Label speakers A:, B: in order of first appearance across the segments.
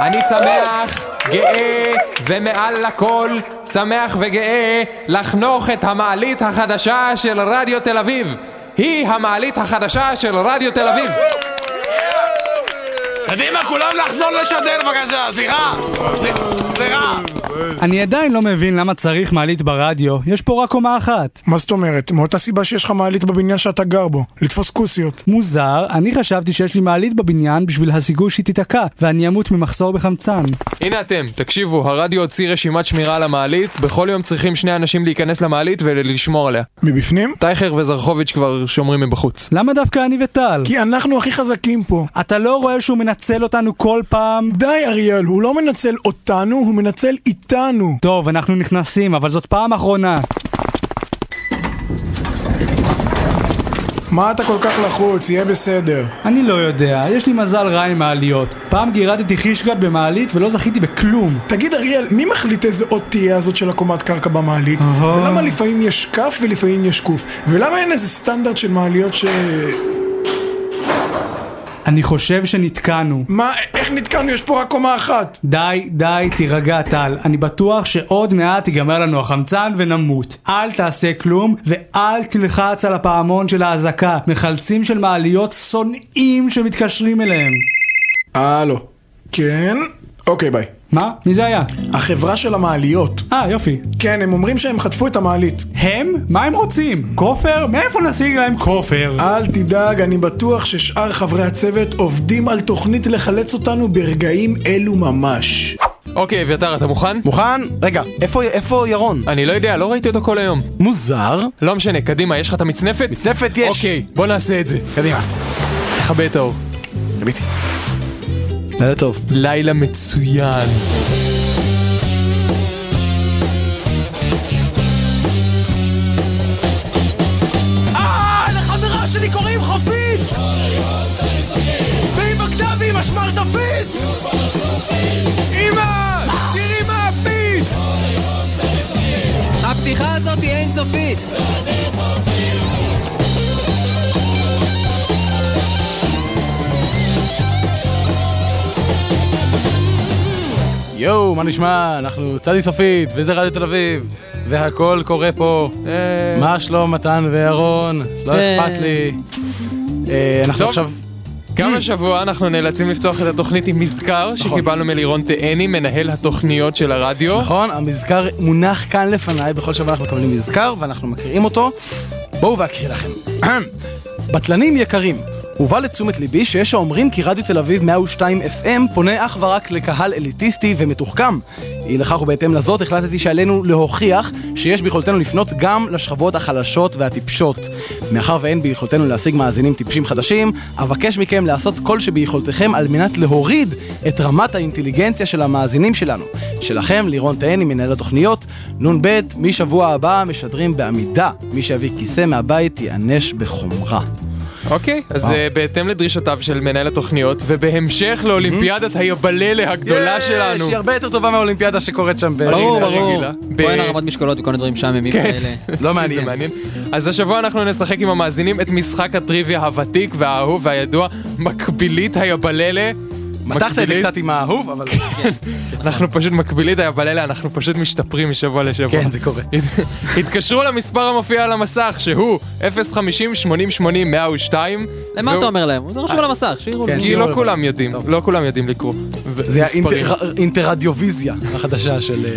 A: אני שמח, גאה, ומעל לכל, שמח וגאה לחנוך את המעלית החדשה של רדיו תל אביב. היא המעלית החדשה של רדיו תל אביב.
B: קדימה, כולם לחזור לשדר בבקשה, סליחה! סליחה!
C: אני עדיין לא מבין למה צריך מעלית ברדיו, יש פה רק קומה אחת.
D: מה זאת אומרת? מאותה סיבה שיש לך מעלית בבניין שאתה גר בו, לתפוס כוסיות.
C: מוזר, אני חשבתי שיש לי מעלית בבניין בשביל הסיכוי שהיא תיתקע, ואני אמות ממחסור בחמצן.
A: הנה אתם, תקשיבו, הרדיו הוציא רשימת שמירה על המעלית, בכל יום צריכים שני אנשים להיכנס למעלית ולשמור עליה.
D: מבפנים?
A: טייכר וזרחוביץ' כבר שומרים מבחוץ.
C: למה דווקא אני וטל?
D: כי אנחנו הכי חזקים פה.
C: אתה לא רואה שהוא מנצל אותנו כל פעם?
D: די, אריאל, הוא לא מנצל אותנו, הוא מנצל איתנו.
C: טוב, אנחנו נכנסים, אבל זאת פעם אחרונה.
D: מה אתה כל כך לחוץ? יהיה בסדר.
C: אני לא יודע, יש לי מזל רע עם מעליות. פעם גירדתי חישגת במעלית ולא זכיתי בכלום.
D: תגיד, אריאל, מי מחליט איזה אות תהיה הזאת של הקומת קרקע במעלית?
C: אהה.
D: ולמה לפעמים יש כף ולפעמים יש קוף? ולמה אין איזה סטנדרט של מעליות ש...
C: אני חושב שנתקענו.
D: מה, איך נתקענו? יש פה רק קומה אחת.
C: די, די, תירגע טל. אני בטוח שעוד מעט ייגמר לנו החמצן ונמות. אל תעשה כלום, ואל תלחץ על הפעמון של האזעקה. מחלצים של מעליות שונאים שמתקשרים אליהם.
D: הלו. כן? אוקיי, ביי.
C: מה? מי זה היה?
D: החברה של המעליות.
C: אה, יופי.
D: כן, הם אומרים שהם חטפו את המעלית.
C: הם? מה הם רוצים? כופר? מאיפה נשיג להם כופר?
D: אל תדאג, אני בטוח ששאר חברי הצוות עובדים על תוכנית לחלץ אותנו ברגעים אלו ממש.
A: אוקיי, אביתר, אתה מוכן?
E: מוכן? רגע, איפה, איפה ירון?
A: אני לא יודע, לא ראיתי אותו כל היום.
E: מוזר.
A: לא משנה, קדימה, יש לך את המצנפת?
E: מצנפת יש.
A: אוקיי, בוא נעשה את זה.
E: קדימה.
A: תכבה את האור.
E: ריביתי. לילה טוב.
A: לילה מצוין.
B: אה, לחברה שלי קוראים חופית! והיא בגדה והיא משמרטפית! אמא! תראי מה הפית!
F: הפתיחה הזאת היא אינסופית!
E: יואו, מה נשמע? אנחנו צדי סופית, וזה רדיו תל אביב, והכל קורה פה. מה שלום מתן וירון? לא
F: אה.
E: אכפת לי. אה, אנחנו
A: טוב.
E: עכשיו... Mm.
A: גם השבוע אנחנו נאלצים לפתוח את התוכנית עם מזכר שקיבלנו מלירון תאני, מנהל התוכניות של הרדיו.
E: נכון, המזכר מונח כאן לפניי, בכל שבוע אנחנו מקבלים מזכר ואנחנו מקריאים אותו. בואו ואקריא לכם. בטלנים יקרים, הובא לתשומת ליבי שיש האומרים כי רדיו תל אביב 102 FM פונה אך ורק לקהל אליטיסטי ומתוחכם. אי לכך ובהתאם לזאת החלטתי שעלינו להוכיח שיש ביכולתנו לפנות גם לשכבות החלשות והטיפשות. מאחר ואין ביכולתנו להשיג מאזינים טיפשים חדשים, אבקש מכם לעשות כל שביכולתכם על מנת להוריד את רמת האינטליגנציה של המאזינים שלנו. שלכם, לירון תהני, מנהל התוכניות, נ"ב, משבוע הבא משדרים בעמידה. מי שיביא כיסא מהבית ייענש בחומרה.
A: אוקיי, אז אה, בהתאם לדרישותיו של מנהל התוכניות, ובהמשך
E: Mm-hmm.
A: לאולימפיאדת היבללה הגדולה שלנו.
E: שהיא הרבה יותר טובה מהאולימפיאדה שקורית שם. ב-
F: ברור,
A: הנה,
F: ברור.
A: רגילה.
F: בוא אין
A: ב-
F: הרמת משקולות וכל הדברים משעממים כאלה.
E: לא
A: זה
E: מעניין.
A: מעניין. אז השבוע אנחנו נשחק עם המאזינים את משחק הטריוויה הוותיק והאהוב והידוע, מקבילית היבללה.
E: מתחת את זה
A: מקבילית.
E: קצת עם האהוב, אבל
A: אנחנו פשוט מקבילית היבללה, אנחנו פשוט משתפרים משבוע לשבוע.
E: כן, זה קורה.
A: התקשרו למספר המופיע על המסך, שהוא 050-8080-102.
F: למה אתה אומר להם? זה רשום על המסך, שירו לי.
E: כן,
A: אה, כי
E: שירו
A: לא
E: לבד.
A: כולם יודעים,
E: טוב.
A: לא כולם יודעים לקרוא. ו-
E: זה לא,
A: מספרים.
E: האינטרדיוויזיה החדשה של... אה,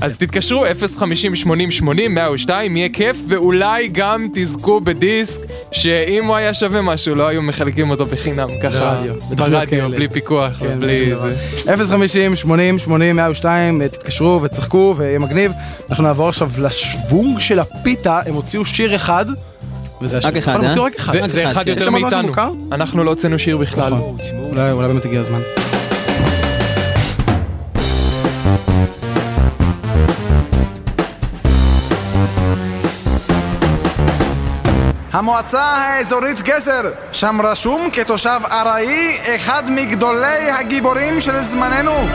A: אז תתקשרו 050-8080-102, יהיה כיף, ואולי גם תזכו בדיסק, שאם הוא היה שווה משהו, לא היו מחלקים אותו בחינם,
E: לא,
A: ככה,
E: ברדיו, בתוכניות
A: ברדיו,
E: כאלה.
A: בלי פיקוח,
E: כן,
A: בלי
E: זה
A: זה.
E: 050, 80, 80, 102, אה, תתקשרו וצחקו ויהיה מגניב. אנחנו נעבור עכשיו לשוונג של הפיתה, הם הוציאו שיר אחד, וזה השיר.
F: רק אחד,
E: אבל הם
F: אה?
E: הוציאו רק אחד.
A: זה-
F: אחד,
A: זה אחד
F: כן.
A: יותר
E: יש שם עוד משהו
A: מאיתנו,
E: מוכר?
A: אנחנו לא הוצאנו שיר בכלל.
E: נכון. אולי- אולי באמת הגיע הזמן.
G: המועצה האזורית גזר, שם רשום כתושב ארעי, אחד מגדולי הגיבורים של זמננו.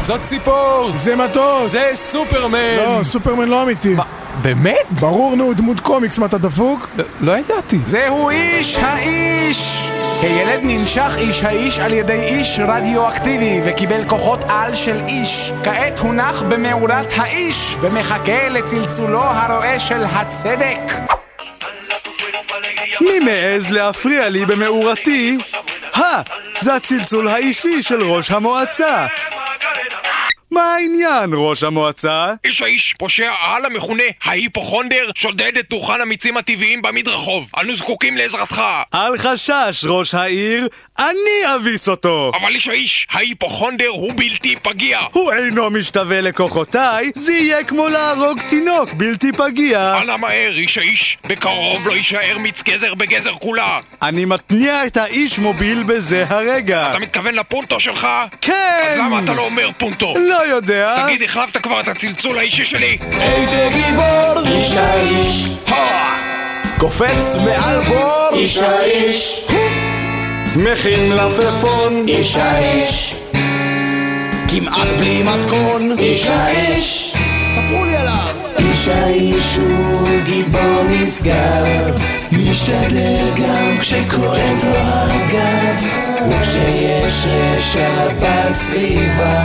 A: זאת ציפור!
D: זה מטוס!
A: זה סופרמן!
D: לא, סופרמן לא אמיתי.
A: באמת?
D: ברור, נו, דמות קומיקס, מה אתה דפוק?
A: לא ידעתי.
G: זהו איש האיש!
H: כילד ננשך איש האיש על ידי איש רדיואקטיבי וקיבל כוחות על של איש. כעת הונח במאורת האיש ומחכה לצלצולו הרועה של הצדק.
C: מי מעז להפריע לי במאורתי? הא, זה הצלצול האישי של ראש המועצה. מה העניין, ראש המועצה?
G: איש האיש, פושע העל המכונה ההיפוכונדר, שודד את דוכן המיצים הטבעיים במדרחוב. אנו זקוקים לעזרתך.
C: אל חשש, ראש העיר, אני אביס אותו!
G: אבל איש האיש, ההיפוכונדר הוא בלתי פגיע.
C: הוא אינו משתווה לכוחותיי, זה יהיה כמו להרוג תינוק בלתי פגיע.
G: אנא מהר, איש האיש, בקרוב לא יישאר מיץ גזר בגזר כולה.
C: אני מתניע את האיש מוביל בזה הרגע.
G: אתה מתכוון לפונטו שלך?
C: כן!
G: אז למה אתה לא אומר פונטו?
C: לא יודע.
G: תגיד, החלפת כבר את הצלצול האישי שלי?
H: איזה גיבור! איש האיש! קופץ מעל בור! איש האיש! מכין מלפפון! איש האיש! כמעט בלי מתכון! איש האיש! ספרו לי עליו! איש האיש הוא גיבור נשגב משתדל גם כשכואב לו הגב וכשיש רשע בסביבה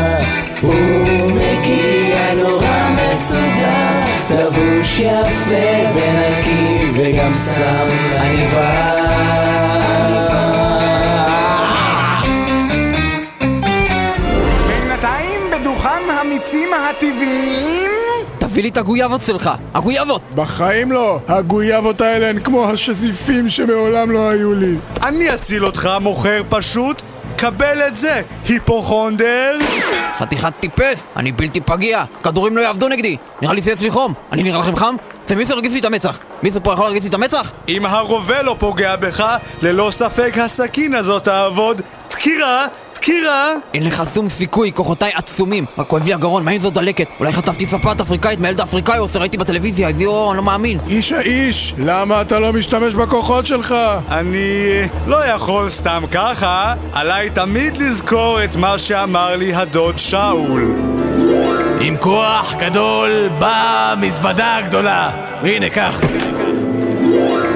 H: הוא מגיע נורא מסודר לבוש יפה ונקי וגם שם עניבה בינתיים בדוכן המיצים הטבעיים
F: תביא לי את הגויאבות שלך, הגויאבות!
D: בחיים לא. הגויאבות האלה הן כמו השזיפים שמעולם לא היו לי.
C: אני אציל אותך, מוכר פשוט. קבל את זה, היפוכונדר!
F: חתיכת טיפס, אני בלתי פגיע, כדורים לא יעבדו נגדי, נראה לי שיש לי חום, אני נראה לכם חם? אצל מי זה הרגיש לי את המצח? מי זה פה יכול להרגיש לי את המצח?
C: אם הרובה לא פוגע בך, ללא ספק הסכין הזאת תעבוד. דקירה! דקירה!
F: אין לך שום סיכוי, כוחותיי עצומים. רק כואב לי הגרון, מה אם זו דלקת? אולי חטפתי ספת אפריקאית מהילד האפריקאי או שראיתי בטלוויזיה, יואו, אני לא מאמין.
D: איש האיש, למה אתה לא משתמש בכוחות שלך?
C: אני אה, לא יכול סתם ככה, עליי תמיד לזכור את מה שאמר לי הדוד שאול.
G: עם כוח גדול באה מזוודה גדולה. הנה, קח.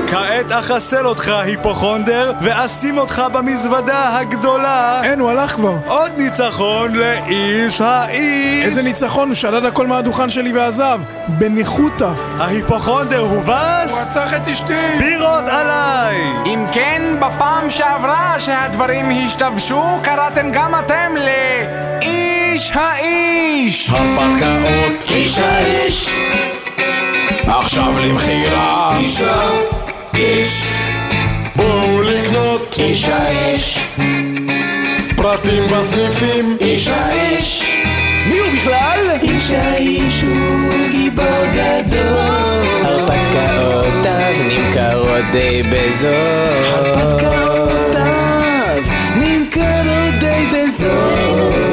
C: כעת אחסל אותך, היפוכונדר, ואשים אותך במזוודה הגדולה.
D: אין, הוא הלך כבר.
C: עוד ניצחון לאיש האיש!
D: איזה ניצחון, הוא שדד הכל מהדוכן שלי ועזב. בניחותא.
C: ההיפוכונדר
D: הוא
C: הובס?
D: רצח את אשתי!
C: בירות עליי!
H: אם כן, בפעם שעברה שהדברים השתבשו, קראתם גם אתם לאיש האיש! הרפתקאות, איש האיש! עכשיו למכירה, איש האיש! בואו לקנות, איש האיש! פרטים בסניפים, איש האיש! מי הוא בכלל? איש האיש הוא גיבור גדול. הרפתקאותיו נמכרות די בזול. הרפתקאותיו נמכרות די בזול.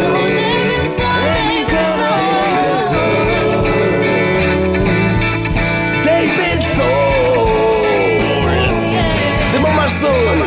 H: די בזול. זה ממש זול.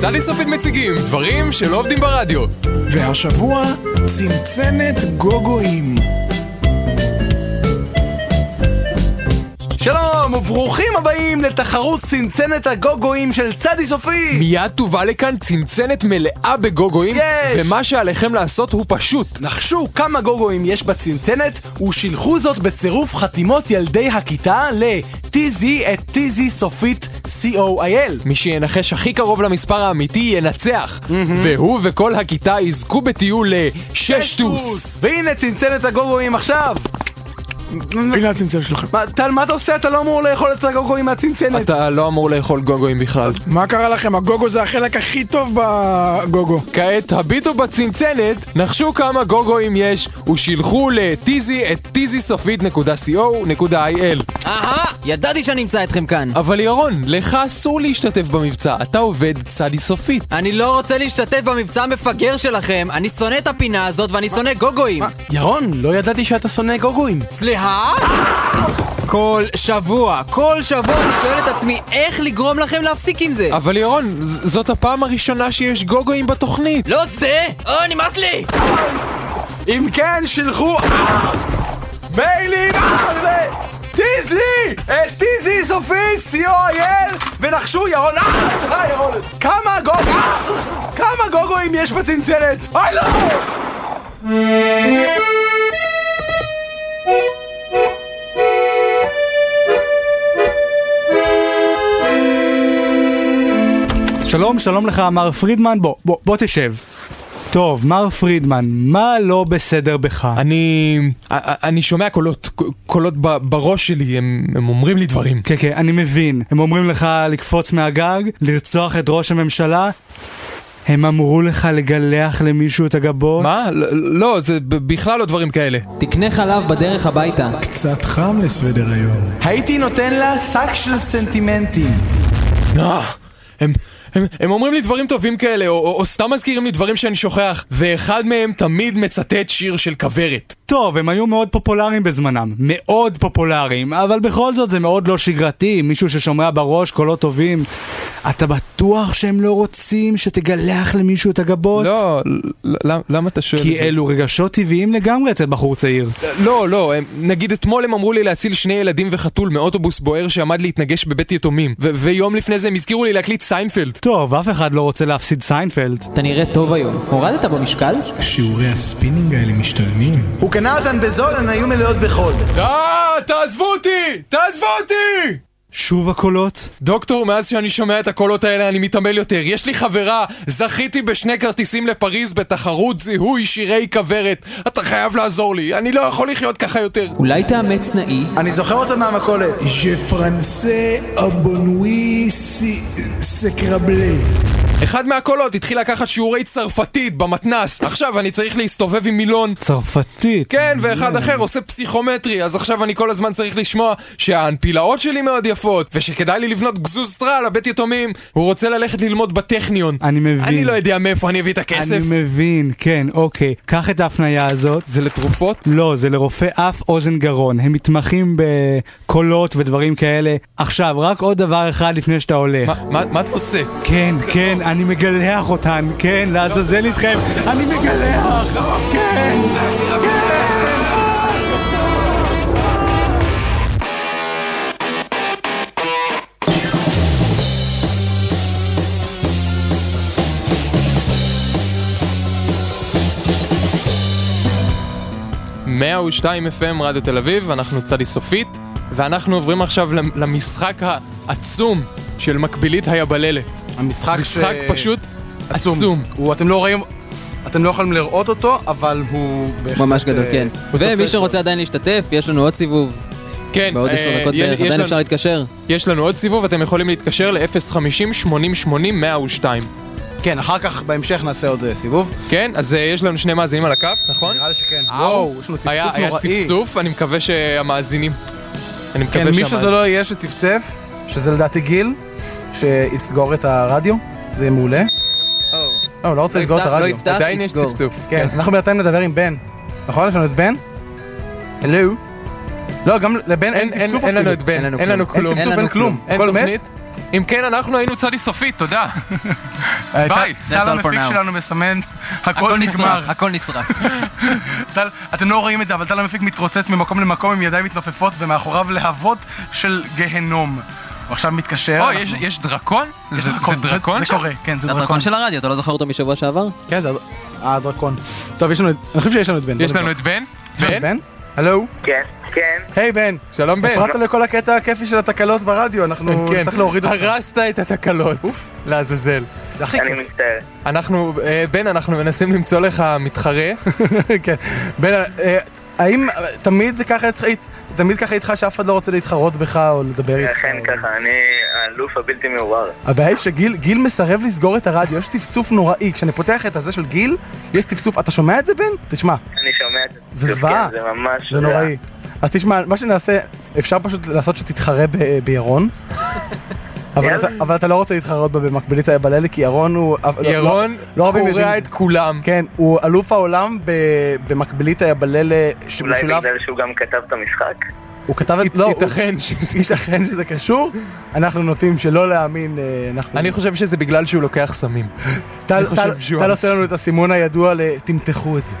A: סלי סופית מציגים דברים שלא עובדים ברדיו.
D: והשבוע, צנצנת גוגואים.
H: שלום וברוכים הבאים לתחרות צנצנת הגוגואים של צדי סופי!
A: מיד תובא לכאן צנצנת מלאה בגוגואים,
H: יש!
A: ומה שעליכם לעשות הוא פשוט.
H: נחשו כמה גוגואים יש בצנצנת ושילחו זאת בצירוף חתימות ילדי הכיתה ל-tz את tz סופית co.il
A: מי שינחש הכי קרוב למספר האמיתי ינצח, והוא וכל הכיתה יזכו בטיול לששטוס.
H: והנה צנצנת הגוגואים עכשיו!
D: הנה הצנצנת שלכם.
E: מה, טל, מה אתה עושה? אתה לא אמור לאכול את הגוגויים מהצנצנת.
A: אתה לא אמור לאכול גוגויים בכלל.
D: מה קרה לכם? הגוגו זה החלק הכי טוב בגוגו.
A: כעת הביטו בצנצנת, נחשו כמה גוגויים יש, ושילחו לטיזי את tizysofit.co.il.
F: אהה, ידעתי שאני אמצא אתכם כאן.
A: אבל ירון, לך אסור להשתתף במבצע, אתה עובד צדי סופית.
F: אני לא רוצה להשתתף במבצע המפגר שלכם, אני שונא את הפינה הזאת ואני שונא גוגויים.
E: ירון, לא ידעתי שאתה שונא גוגויים.
F: סליחה? כל שבוע, כל שבוע אני שואל את עצמי איך לגרום לכם להפסיק עם זה.
A: אבל ירון, ז- זאת הפעם הראשונה שיש גוגויים בתוכנית.
F: לא זה! או, נמאס לי!
G: אם כן, שילחו מיילים טיזלי! את טיזי סופי co.il ונחשו ירון אה, אה, ירון כמה גוג... אה, כמה גוגויים יש בצנצנת? אוי לא!
C: שלום, שלום לך, מר פרידמן, בוא, בוא, בוא תשב. טוב, מר פרידמן, מה לא בסדר בך?
A: אני... א- א- אני שומע קולות, ק- קולות ב- בראש שלי, הם הם אומרים לי דברים.
C: כן, כן, אני מבין. הם אומרים לך לקפוץ מהגג, לרצוח את ראש הממשלה. הם אמרו לך לגלח למישהו את הגבות.
A: מה? ל- לא, זה ב- בכלל לא דברים כאלה.
F: תקנה חלב בדרך הביתה.
D: קצת חם לסוודר היום.
G: הייתי נותן לה שק של סנטימנטים
A: אה, הם, הם, הם אומרים לי דברים טובים כאלה, או, או, או סתם מזכירים לי דברים שאני שוכח, ואחד מהם תמיד מצטט שיר של כוורת.
C: טוב, הם היו מאוד פופולריים בזמנם. מאוד פופולריים, אבל בכל זאת זה מאוד לא שגרתי, מישהו ששומע בראש קולות טובים. אתה בטוח שהם לא רוצים שתגלח למישהו את הגבות?
A: לא, ל- ל- למה אתה שואל
C: כי
A: את זה?
C: אלו רגשות טבעיים לגמרי אצל בחור צעיר.
A: לא, לא, הם, נגיד אתמול הם אמרו לי להציל שני ילדים וחתול מאוטובוס בוער שעמד להתנגש בבית יתומים, ו- ויום לפני זה הם הזכירו לי להקליט סיינפלד.
C: טוב, אף אחד לא רוצה להפסיד סיינפלד.
F: אתה נראה טוב היום. הורדת במשקל?
D: שיעורי הספינינג האלה משתלמים.
G: הוא קנה אותן בזול, הן היו מלאות בחול
A: אה, תעזבו אותי! תעזבו אותי!
C: שוב הקולות?
A: דוקטור, מאז שאני שומע את הקולות האלה אני מתעמל יותר. יש לי חברה, זכיתי בשני כרטיסים לפריז בתחרות זיהוי שירי כוורת. אתה חייב לעזור לי, אני לא יכול לחיות ככה יותר.
F: אולי תאמץ נאי?
G: אני זוכר אותן מהמכולת
D: Je français abonui סקרבלי.
A: אחד מהקולות התחיל לקחת שיעורי צרפתית במתנס. עכשיו אני צריך להסתובב עם מילון.
C: צרפתית.
A: כן, ואחד אחר עושה פסיכומטרי, אז עכשיו אני כל הזמן צריך לשמוע שהאנפילאות שלי מאוד יפות, ושכדאי לי לבנות גזוזתרה לבית יתומים. הוא רוצה ללכת ללמוד בטכניון.
C: אני מבין.
A: אני לא יודע מאיפה אני אביא את הכסף.
C: אני מבין, כן, אוקיי. קח את ההפניה הזאת.
A: זה לתרופות?
C: לא, זה לרופא אף אוזן גרון. הם מתמחים בקולות ודברים כאלה. עכשיו, רק עוד דבר אחד לפני שאתה הולך.
A: מה- מה מה אתה עושה?
C: כן, כן, אני מגלח אותן. כן, לעזאזל איתכם. אני מגלח! כן!
A: FM, 102 FM רדיו תל אביב, אנחנו צדי סופית, ואנחנו עוברים עכשיו למ- למשחק העצום של מקבילית היבללה.
E: המשחק ש...
A: משחק פשוט עצום.
E: הוא, אתם לא רואים... אתם לא יכולים לראות אותו, אבל הוא... בהחלט,
F: ממש גדול,
E: אה,
F: כן.
E: הוא
F: ומי
E: תופס-
F: שרוצה עדיין להשתתף, יש לנו עוד סיבוב
A: כן,
F: בעוד
A: אה,
F: עשר דקות
A: יש-
F: בערך,
A: יש
F: עדיין
A: לנו-
F: אפשר להתקשר.
A: יש לנו עוד סיבוב, אתם יכולים להתקשר ל-050-8080-102.
E: כן, אחר כך, בהמשך נעשה עוד אה, סיבוב.
A: כן, אז אה, יש לנו שני מאזינים על הקו, נכון?
E: נראה לי שכן.
A: וואו,
E: יש לנו צפצוף
A: היה היה
E: נוראי.
A: צפצוף, אני מקווה שהמאזינים... אני מקווה
E: כן, מי שזה
A: שהמאזינים-
E: לא יהיה שצפצף, שזה לדעתי גיל, שיסגור את הרדיו, זה יהיה מעולה. לא, לא רוצה לסגור את
F: יפתח, לא
E: הרדיו.
F: יפתח.
A: עדיין יש
F: תסגור.
A: צפצוף.
E: כן, אנחנו בינתיים נדבר עם בן. נכון? יש לנו את בן? הלו? לא, גם לבן אין
A: אין- אין
E: צפצוף
A: אין לנו
E: אפילו.
A: את בן,
F: לנו
A: אין לנו כלום.
E: אין צפצוף, אין כלום.
A: אין
E: הכל מת. כן.
A: תוכנית? אם כן, אנחנו היינו צדי סופית, תודה. ביי.
E: אה, טל
F: That's all for
E: המפיק
F: now.
E: שלנו מסמן, הכל נגמר.
F: הכל נשרף.
E: טל, אתם לא רואים את זה, אבל טל המפיק מתרוצץ ממקום למקום עם ידיים מתנופפות ומאחוריו להבות של גהנום. הוא עכשיו מתקשר.
A: אוי, יש-
E: אנחנו-
A: יש דרקון?
E: יש
A: זה
E: דרקון,
A: זה דרקון
E: זה
A: שם?
E: קורה, כן, זה
F: זה
E: דרקון.
F: הדרקון של הרדיו, אתה לא זוכר אותו משבוע שעבר?
E: כן, זה הדרקון. טוב, יש לנו את... אני חושב שיש לנו את בן.
A: יש לנו את בן? בן?
E: בן? הלו?
I: כן, כן.
E: היי בן.
A: שלום בן.
E: הפרעת לכל הקטע הכיפי של התקלות ברדיו, אנחנו
A: כן.
E: נצטרך להוריד אותך.
A: הרסת את התקלות. לעזאזל.
E: זה הכי
I: אני
E: כיף.
I: מצטער.
A: אנחנו, אה, בן, אנחנו מנסים למצוא לך מתחרה.
E: כן. בן, אה, האם אה, תמיד זה ככה... התח- הת- תמיד ככה איתך שאף אחד לא רוצה להתחרות בך או
I: אה,
E: לדבר איתך.
I: אכן ככה, אני האלוף הבלתי מעורר.
E: הבעיה היא שגיל גיל מסרב לסגור את הרדיו, יש צפצוף נוראי. כשאני פותח את הזה של גיל, יש צפצוף. אתה שומע את זה, בן? תשמע,
I: אני שומע את זה.
E: זה זוועה.
I: כן, זה ממש...
E: זה נוראי. אז תשמע, מה שנעשה, אפשר פשוט לעשות שתתחרה ב- בירון. אבל, אתה, אבל אתה לא רוצה להתחרות בה במקבילית היבללי, כי ירון הוא... לא-
A: ירון
E: לא הרבה
A: קורע
E: יודעים.
A: את כולם.
E: כן, הוא אלוף העולם ב, במקבילית היבללה
I: אולי
E: שמשולב,
I: בגלל שהוא גם כתב את המשחק?
E: הוא כתב את... לא, הוא-
A: ייתכן שזה...
E: ייתכן שזה קשור, אנחנו נוטים שלא להאמין, אה, אנחנו...
A: אני חושב שזה בגלל שהוא לוקח סמים.
E: טל
A: אני חושב
E: טל-
A: שהוא
E: טל
A: אמס.
E: עושה לנו את הסימון הידוע ל... תמתחו את זה.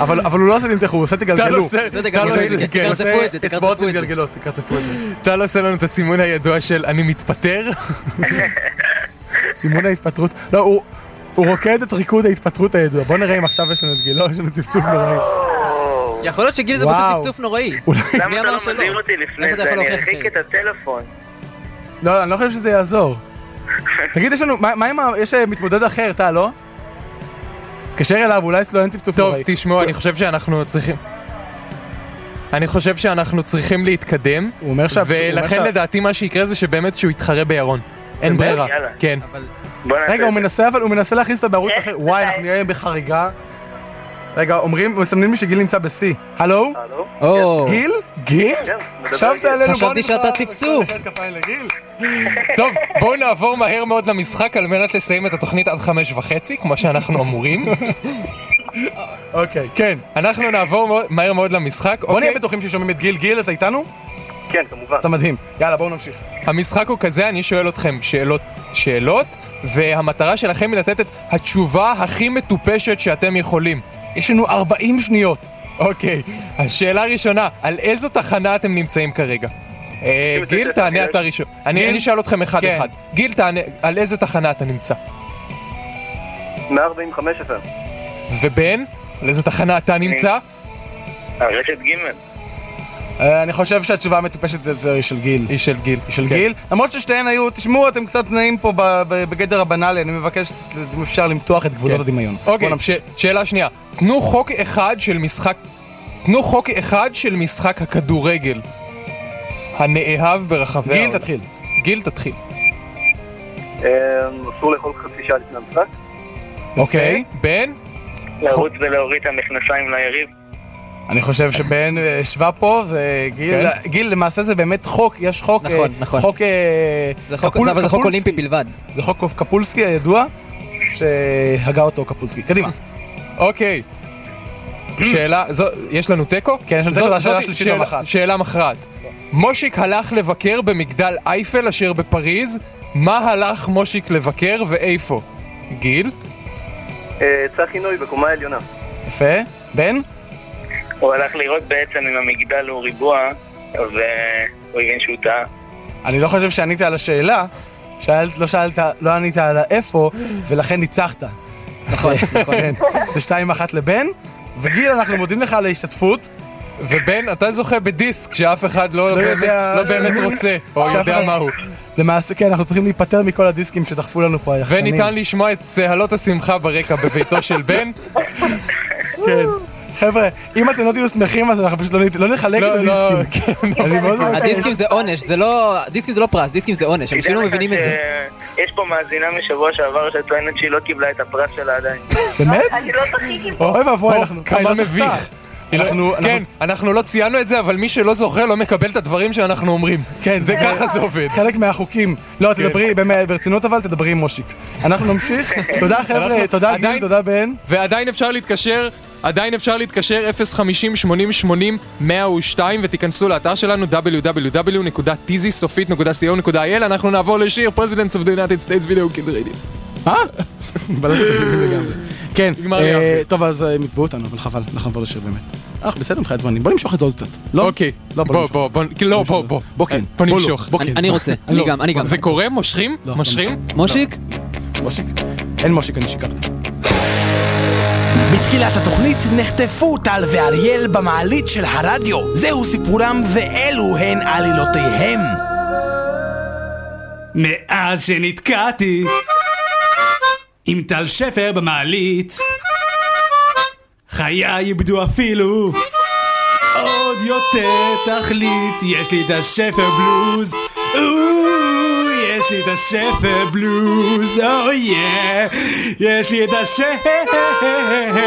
E: אבל אבל הוא לא עושה תמתחו, הוא עושה תגלגלו.
A: טל עושה-
F: זה תגלגלו
A: טל
F: את זה,
A: עושה-
E: כן, הוא
F: תקרצפו
E: עושה
F: את זה, תקרצפו
E: אצבעות
F: את זה.
E: מתגלגלות, תקרצפו את זה.
A: טל עושה לנו את הסימון הידוע של אני מתפטר.
E: סימון ההתפטרות. לא, הוא... הוא רוקד את ריקוד ההתפטרות הידוע. בוא נראה אם עכשיו יש לנו את גילו, יש לנו צפצוף נוראי.
F: יכול להיות שגיל זה
E: וואו.
F: פשוט צפצוף נוראי.
E: אולי-
I: למה אתה
F: אמר
I: לא
F: שלא?
I: מזהיר אותי
F: איך
I: לפני
F: אתה
I: זה?
F: יכול
I: אני
F: להוכיח
I: ארחיק את
F: אחרת?
I: הטלפון.
E: לא, אני לא חושב שזה יעזור. תגיד, יש לנו... מה מה עם ה... יש אה, מתמודד אחר, אתה, לא? תתקשר אליו, אולי אצלו אין צפצוף
A: טוב,
E: נוראי.
A: תשמעו, אני חושב שאנחנו צריכים... אני חושב שאנחנו צריכים להתקדם,
E: הוא אומר שה- הוא אומר
A: ולכן
E: שה-
A: לדעתי מה שיקרה זה שבאמת שהוא יתחרה בירון. אין ברירה.
I: יאללה.
A: כן.
I: בוא נעשה
E: רגע,
I: את
E: הוא
I: זה. אה,
E: מנסה, אבל הוא מנסה להכניס אותה בערוץ אחר. וואי, אנחנו נהיה בחריגה. רגע, אומרים, מסמנים לי שגיל נמצא בשיא. הלו?
I: הלו?
F: או,
E: גיל? גיל?
I: זהו, מדבר
E: עכשיו
I: איתי.
E: תעלה לנו
F: חשבתי
E: נקרא-
F: שאתה צפצוף.
E: נקרא כפיים לגיל.
A: טוב, בואו נעבור מהר מאוד למשחק על מנת לסיים את התוכנית עד חמש וחצי, כמו שאנחנו אמורים.
E: אוקיי, כן.
A: אנחנו נעבור מאוד- מהר מאוד למשחק,
E: בוא
A: אוקיי?
E: נהיה בטוחים ששומעים את גיל. גיל, אתה איתנו?
I: כן, כמובן.
E: אתה מדהים. יאללה, בואו נמשיך.
A: המשחק הוא כזה, אני שואל אתכם שאלות, שאלות, והמטרה שלכם היא לתת את התשובה הכי מטופשת שאתם יכולים.
E: יש לנו 40 שניות.
A: אוקיי, השאלה הראשונה, על איזו תחנה אתם נמצאים כרגע? אה,
I: אם אתה
A: גיל,
I: יודע,
A: תענה
I: תענה.
A: אתה ראשון. אני אני אשאל אתכם
E: כן.
A: אחד-אחד. גיל, תענה, על איזה תחנה אתה נמצא?
I: 145 FM.
A: ובן, על איזה תחנה אתה נמצא?
I: הרשת ג'
E: אה, אני חושב שהתשובה המטופשת יותר היא של גיל.
A: היא של גיל.
E: של
F: כן.
E: גיל. למרות ששתיהן היו, תשמעו, אתם קצת נעים פה ב- ב- בגדר הבנאלי, אני מבקש, אם אפשר למתוח את גבולות
A: כן.
E: הדמיון. בואו
A: אוקיי,
E: נמשיך.
A: ש... שאלה שנייה. תנו חוק אחד של משחק... תנו חוק אחד של משחק הכדורגל. הנאהב ברחבי
E: גיל,
A: העולם.
E: תתחיל.
A: גיל, תתחיל.
I: אמ, אסור לאכול חצי שעה לפני המשחק.
E: אוקיי.
A: בן?
I: לרוץ ולהוריד את המכנסיים ליריב.
E: אני חושב שבן אה, ישבה פה, וגיל,
A: כן.
E: גיל, למעשה זה באמת חוק, יש חוק,
F: נכון,
E: אה,
F: נכון.
E: חוק, אה,
F: זה חוק-
E: קפול-
F: זה- אבל זה חוק
E: קפולסקי.
F: אולימפי בלבד.
E: זה חוק קפולסקי הידוע, שהגה אותו קפולסקי. קדימה.
A: אוקיי. שאלה, זו, יש לנו תיקו?
E: כן, יש לנו
A: זאת-
E: תיקו, זו השאלה
A: זאת-
E: השלישית
A: שאלה-
E: במח"ט.
A: שאלה מכרעת. מושיק הלך לבקר במגדל אייפל אשר בפריז, מה הלך מושיק לבקר ואיפה? גיל?
I: אה, צחי נוי בקומה העליונה.
E: יפה. בן?
I: הוא הלך לראות בעצם אם המגדל הוא ריבוע, והוא הבין שהוא טעה.
E: אני לא חושב שענית על השאלה, שאלת, לא שאלת, לא ענית על האיפה, ולכן ניצחת. נכון, נכון. זה שתיים אחת לבן, וגיל, אנחנו מודים לך על ההשתתפות.
A: ובן, אתה זוכה בדיסק שאף אחד לא,
E: לא
A: באמת,
E: יודע-
A: לא באמת רוצה, או
E: שאף
A: יודע
E: אחד-
A: מהו.
E: למעשה, כן, אנחנו צריכים להיפטר מכל הדיסקים שדחפו לנו פה היחצנים.
A: וניתן לשמוע את צהלות השמחה ברקע בביתו של בן.
E: כן. חבר'ה, אם אתם לא תהיו שמחים, אז אנחנו פשוט לא נית- לא נחלק את
A: לא, לא,
E: הדיסקים.
A: כן, לא.
E: אני מאוד מבקש.
F: הדיסקים זה עונש, זה לא... דיסקים זה לא פרס, דיסקים זה עונש, אנשים לא
I: תדע לך
F: מבינים את זה.
I: ש- יש פה מאזינה משבוע שעבר שטוענת שהיא לא קיבלה את הפרס שלה עדיין.
E: באמת?
J: אני לא צחיתי פה.
E: אוי ואבוי,
A: או,
E: אנחנו...
A: כמה
E: אבל זכתה.
A: מביך.
E: אנחנו-
A: כן, אנחנו לא ציינו את זה, אבל מי שלא זוכר לא מקבל את הדברים שאנחנו אומרים.
E: כן,
A: זה נכון. ככה זה עובד. כן.
E: חלק מהחוקים. לא, תדברי באמת, ברצינות אבל, תדברי עם מושיק. אנחנו נמשיך. תודה חבר'ה,
A: אנחנו-
E: תודה גיל,
A: עדיין-
E: תודה בן.
A: ועדיין אפשר להתקשר, עדיין אפשר להתקשר 050-80-80-102 ותיכנסו לאתר שלנו www.tizysופית.co.il אנחנו נעבור לשיר Presidents of the United States Video Kid Radio.
E: כן,
A: נגמר
E: אה,
A: לי האוויר.
E: טוב אז אה, הם יתבעו אותנו, אבל חבל, אנחנו נעבור לשיר באמת. אך בסדר, מבחינת זמנים, בוא נמשוך את זה עוד קצת. לא?
A: אוקיי,
E: לא,
A: בוא, בוא,
E: נמשוך.
A: בוא, לא, בוא, בוא,
E: בוא כן,
A: בוא
E: לא,
A: נמשוך.
E: בוא
F: אני-
E: כן.
F: אני רוצה,
E: לא,
F: אני גם, אני גם.
A: זה קורה? מושכים? מושכים?
F: מושיק?
E: מושיק. אין מושיק, אני שיקרתי.
H: בתחילת התוכנית נחטפו טל ואריאל במעלית של הרדיו. זהו סיפורם ואלו הן עלילותיהם.
C: מאז שנתקעתי עם טל שפר במעלית חיי איבדו אפילו עוד יותר לתת תכלית, יש לי את השפר בלוז. אוו, יש לי את השפר בלוז, אוי יא. יש לי את השפר בלוז.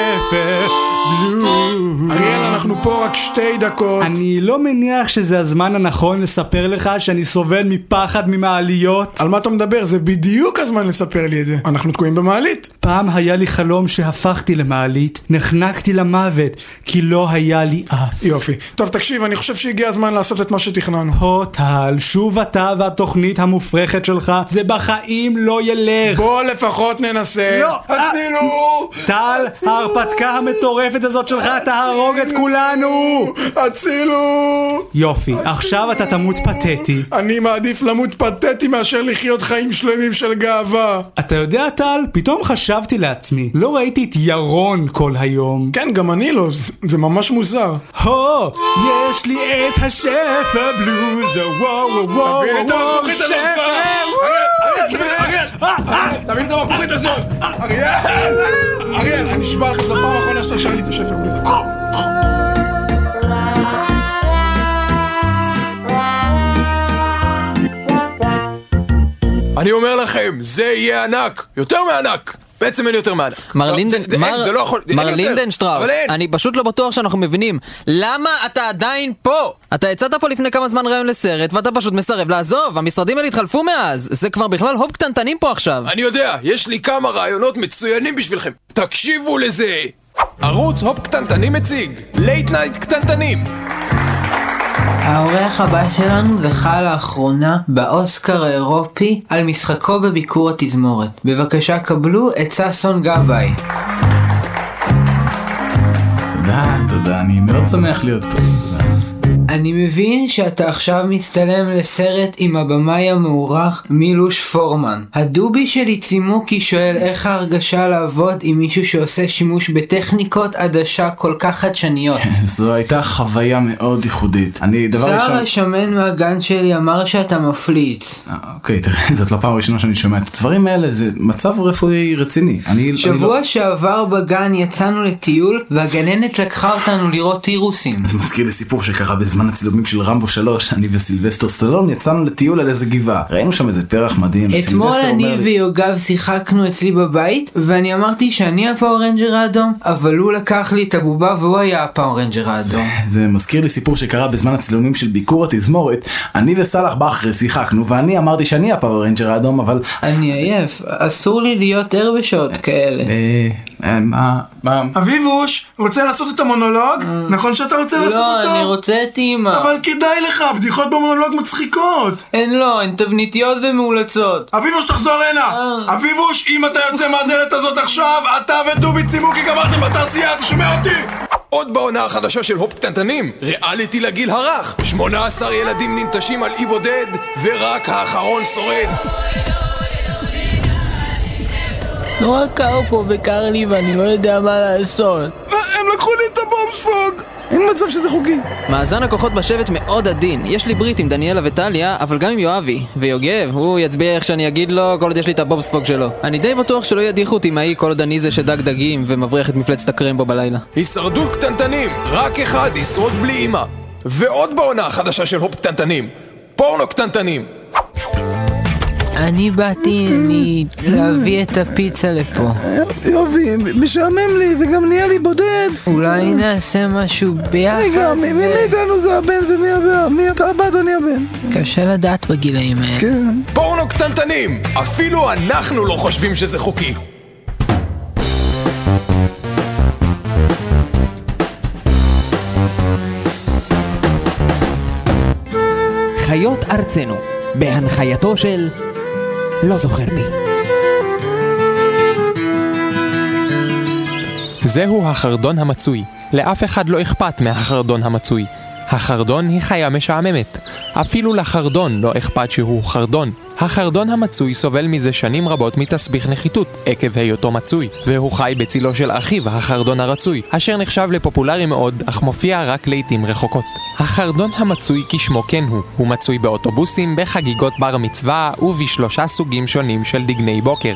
D: אריאל, אנחנו פה רק שתי דקות.
C: אני לא מניח שזה הזמן הנכון לספר לך שאני סובל מפחד ממעליות.
D: על מה אתה מדבר? זה בדיוק הזמן לספר לי את זה. אנחנו תקועים במעלית.
C: פעם היה לי חלום שהפכתי למעלית, נחנקתי למוות, כי לא היה לי אף.
D: יופי. טוב, תקשיב, אני חושב שהגיע הזמן לעשות את מה שתכננו.
C: פה טל, שוב אתה והתוכנית המופרכת שלך, זה בחיים לא ילך.
D: בוא לפחות ננסה.
C: לא,
D: הצילו!
C: טל, ההרפתקה המטורפת הזאת שלך תהרוג את כולנו!
D: הצילו!
C: יופי, עכשיו אתה תמות פתטי.
D: אני מעדיף למות פתטי מאשר לחיות חיים שלמים של גאווה.
C: אתה יודע, טל, פתאום חשבתי לעצמי, לא ראיתי את ירון כל היום.
D: כן, גם אני לא, זה- זה ממש מוזר.
C: הו, יש לי את השפע בלוז, וואו וואו וואו
D: תביא לי את
C: וואו,
D: המפוחית הזאת
C: שפע,
D: כבר.
C: וואו,
D: אריאל, תביא לי את המפוחית הזאת! אריאל! אריאל, אני נשבע לך, זו פעם האחרונה שאתה שר לי את השפר בלי זה.
G: אני אומר לכם, זה יהיה ענק. יותר מענק. בעצם אין יותר מענק.
F: מר
G: לא,
F: לינדן-
G: זה- זה-
F: מר-
G: אין, זה לא יכול- אין
F: מר
G: יותר.
F: לינדנשטראוס,
G: אבל אין.
F: אני פשוט לא בטוח שאנחנו מבינים למה אתה עדיין פה. אתה הצעת פה לפני כמה זמן רעיון לסרט ואתה פשוט מסרב לעזוב, המשרדים האלה התחלפו מאז, זה כבר בכלל הופ קטנטנים פה עכשיו.
G: אני יודע, יש לי כמה רעיונות מצוינים בשבילכם. תקשיבו לזה! ערוץ הופ קטנטנים מציג, לייט נייט קטנטנים.
J: האורח הבא שלנו זכה לאחרונה באוסקר האירופי על משחקו בביקור התזמורת. בבקשה קבלו את ששון גבאי.
E: תודה, תודה, אני מאוד שמח להיות פה.
J: אני מבין שאתה עכשיו מצטלם לסרט עם הבמאי המוערך מילוש פורמן. הדובי שלי צימוקי שואל איך ההרגשה לעבוד עם מישהו שעושה שימוש בטכניקות עדשה כל כך חדשניות.
E: זו הייתה חוויה מאוד ייחודית. אני, דבר
J: זר
E: ראשון...
J: השמן מהגן שלי אמר שאתה מפליץ.
E: אוקיי, תראה, זאת לא פעם ראשונה שאני שומע את הדברים האלה, זה מצב רפואי רציני. אני... לא- אני
J: שבוע שעבר בגן יצאנו לטיול והגננת לקחה אותנו לראות תירוסים.
E: זה מזכיר לי סיפור שקרה בזמן הצילומים של רמבו 3, אני וסילבסטר סטלון יצאנו לטיול על איזה גבעה. ראינו שם איזה פרח מדהים.
J: אתמול
E: סילבסטר
J: אני
E: אומר לי,
J: ויוגב שיחקנו אצלי בבית ואני אמרתי שאני הפאור רנג'ר האדום אבל הוא לקח לי את הבובה והוא היה הפאור רנג'ר האדום.
E: זה מזכיר לי סיפור שקרה בזמן הצילומים של ביקור התזמורת, אני וסאלח בכרי שיחקנו ואני אמרתי שאני הפאוור רנג'ר האדום אבל...
J: אני עייף, אסור לי להיות ער בשעות כאלה.
E: אה, מה? מה?
D: אביבוש, רוצה לעשות את המונולוג? נכון שאתה רוצה לעשות
J: אה. לא,
D: אותו?
J: אני רוצה את אימא.
D: אבל כדאי לך, הבדיחות במונולוג מצחיקות.
J: הן לא, הן תבניתיות ומאולצות. אה.
D: אביבוש, תחזור הנה! אביבוש, אם אתה יוצא מהדלת הזאת עכשיו, אתה ודובי צימוקי גמרתם בתעשייה, אתה שומע אותי?
G: עוד בעונה החדשה של הופ קטנטנים, ריאליטי לגיל הרך. 18 ילדים ננטשים על אי בודד, ורק האחרון שורד.
J: נורא קר פה וקר לי ואני לא יודע מה לעשות.
G: הם לקחו לי את הבומספוג!
H: אין מצב שזה חוקי.
F: מאזן הכוחות בשבט מאוד עדין, יש לי ברית עם דניאלה וטליה, אבל גם עם יואבי. ויוגב, הוא יצביע איך שאני אגיד לו, כל עוד יש לי את הבובספוג שלו. אני די בטוח שלא ידיחו אותי מהאי כל עוד אני זה שדג דגים ומבריח את מפלצת הקרמבו בלילה.
G: הישרדות קטנטנים, רק אחד ישרוד בלי אימא. ועוד בעונה החדשה של הופ קטנטנים, פורנו קטנטנים.
J: אני באתי אני, להביא את הפיצה לפה.
H: יופי, משעמם לי וגם נהיה לי בודד.
J: אולי נעשה משהו ביחד?
H: רגע, מי מי מאיתנו זה הבן ומי הבן? מי אתה הבת או אני הבן?
J: קשה לדעת בגילאים האלה.
H: כן.
G: פורנו קטנטנים! אפילו אנחנו לא חושבים שזה חוקי.
F: חיות ארצנו, בהנחייתו של... לא זוכר מי.
A: זהו החרדון המצוי. לאף אחד לא אכפת מהחרדון המצוי. החרדון היא חיה משעממת. אפילו לחרדון לא אכפת שהוא חרדון. החרדון המצוי סובל מזה שנים רבות מתסביך נחיתות עקב היותו מצוי, והוא חי בצילו של אחיו, החרדון הרצוי, אשר נחשב לפופולרי מאוד, אך מופיע רק לעיתים רחוקות. החרדון המצוי כשמו כן הוא, הוא מצוי באוטובוסים, בחגיגות בר מצווה ובשלושה סוגים שונים של דגני בוקר.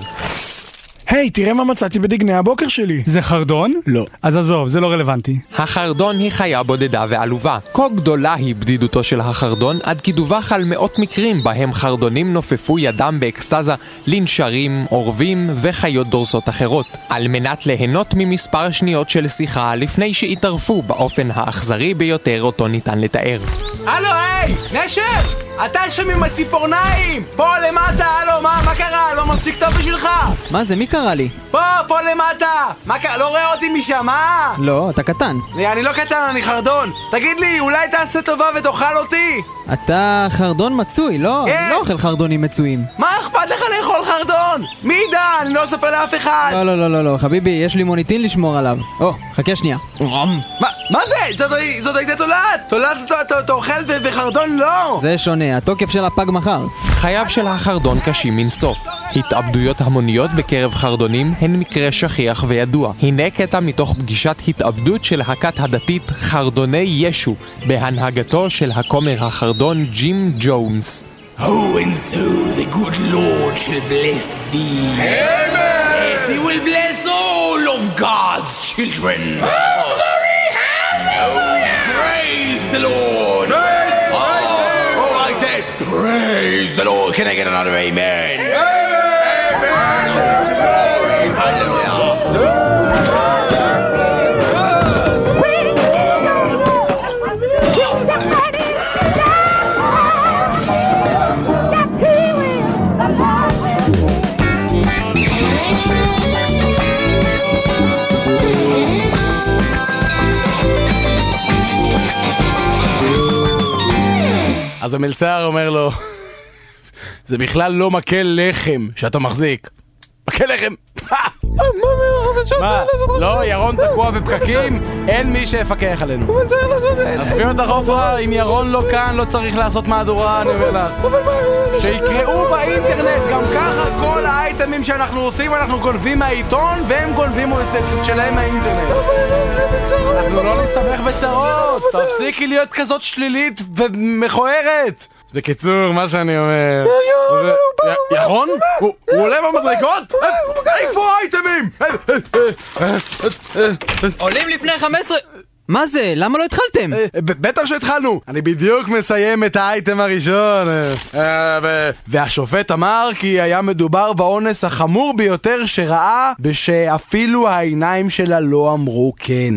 D: היי, תראה מה מצאתי בדגני הבוקר שלי.
C: זה חרדון?
D: לא.
C: אז עזוב, זה לא רלוונטי.
A: החרדון היא חיה בודדה ועלובה. כה גדולה היא בדידותו של החרדון, עד כי דווח על מאות מקרים בהם חרדונים נופפו ידם באקסטזה לנשרים, עורבים וחיות דורסות אחרות, על מנת ליהנות ממספר שניות של שיחה לפני שהתערפו באופן האכזרי ביותר אותו ניתן לתאר.
G: הלו, היי! נשר! אתה שם עם הציפורניים! פה למטה, הלו, מה, מה קרה? לא מספיק טוב בשבילך?
F: מה זה, מי קרא לי?
G: פה, פה למטה! מה קרה? לא רואה אותי משם, אה?
F: לא, אתה קטן.
G: אני לא קטן, אני חרדון! תגיד לי, אולי תעשה טובה ותאכל אותי?
F: אתה חרדון מצוי, לא?
G: כן.
F: אני לא אוכל חרדונים מצויים.
G: מה אכפת לך לאכול חרדון? מי ידע? אני לא אספר לאף
E: אה.
G: אחד!
F: לא, לא, לא, לא, לא, חביבי, יש לי מוניטין לשמור עליו. או, חכה שנייה.
G: מה, מה זה? זאת, זאת הייתה תולעת! תולעת אתה- אתה- אתה אוכל ו- וחרדון לא!
F: זה שונה, התוקף שלה פג מחר.
A: חייו של החרדון קשים מנשוא. התאבדויות המוניות בקרב חרדונים הן מקרה שכיח וידוע. הנה קטע מתוך פגישת התאבדות של הכת הדתית חרדוני ישו, בהנהגתו של הכומר החרדון ג'ים ג'ונס.
H: Oh, and so the good Lord shall bless thee.
G: Amen.
H: Yes, he will bless all of God's children. Oh, glory, hallelujah! praise the Lord. Praise, oh, oh, I said, praise the Lord. Can I get another amen? Amen. Hallelujah.
E: אז המלצר אומר לו, זה בכלל לא מקל לחם שאתה מחזיק. מקל לחם! מה? לא, ירון תקוע בפקקים, אין מי שיפקח עלינו. עזבי אותך עופרה, אם ירון לא כאן, לא צריך לעשות מהדורה, אני אומר לך.
G: שיקראו באינטרנט, גם ככה כל האייטמים שאנחנו עושים אנחנו גונבים מהעיתון והם גונבים את את שלהם מהאינטרנט.
E: אה,
G: אנחנו לא נסתבך
E: לא,
G: בצרות, תפסיקי להיות כזאת שלילית ומכוערת.
E: בקיצור, מה שאני אומר... י- ירון? הוא
G: הוא עולה במדרגות? אה, איפה האייטמים? אה, אה, אה, אה, אה.
F: עולים לפני 15... מה זה? למה לא התחלתם?
E: אה, בטח שהתחלנו! אני בדיוק מסיים את האייטם הראשון. אה, אה, ו- והשופט אמר כי היה מדובר באונס החמור ביותר שראה, ושאפילו העיניים שלה לא אמרו כן.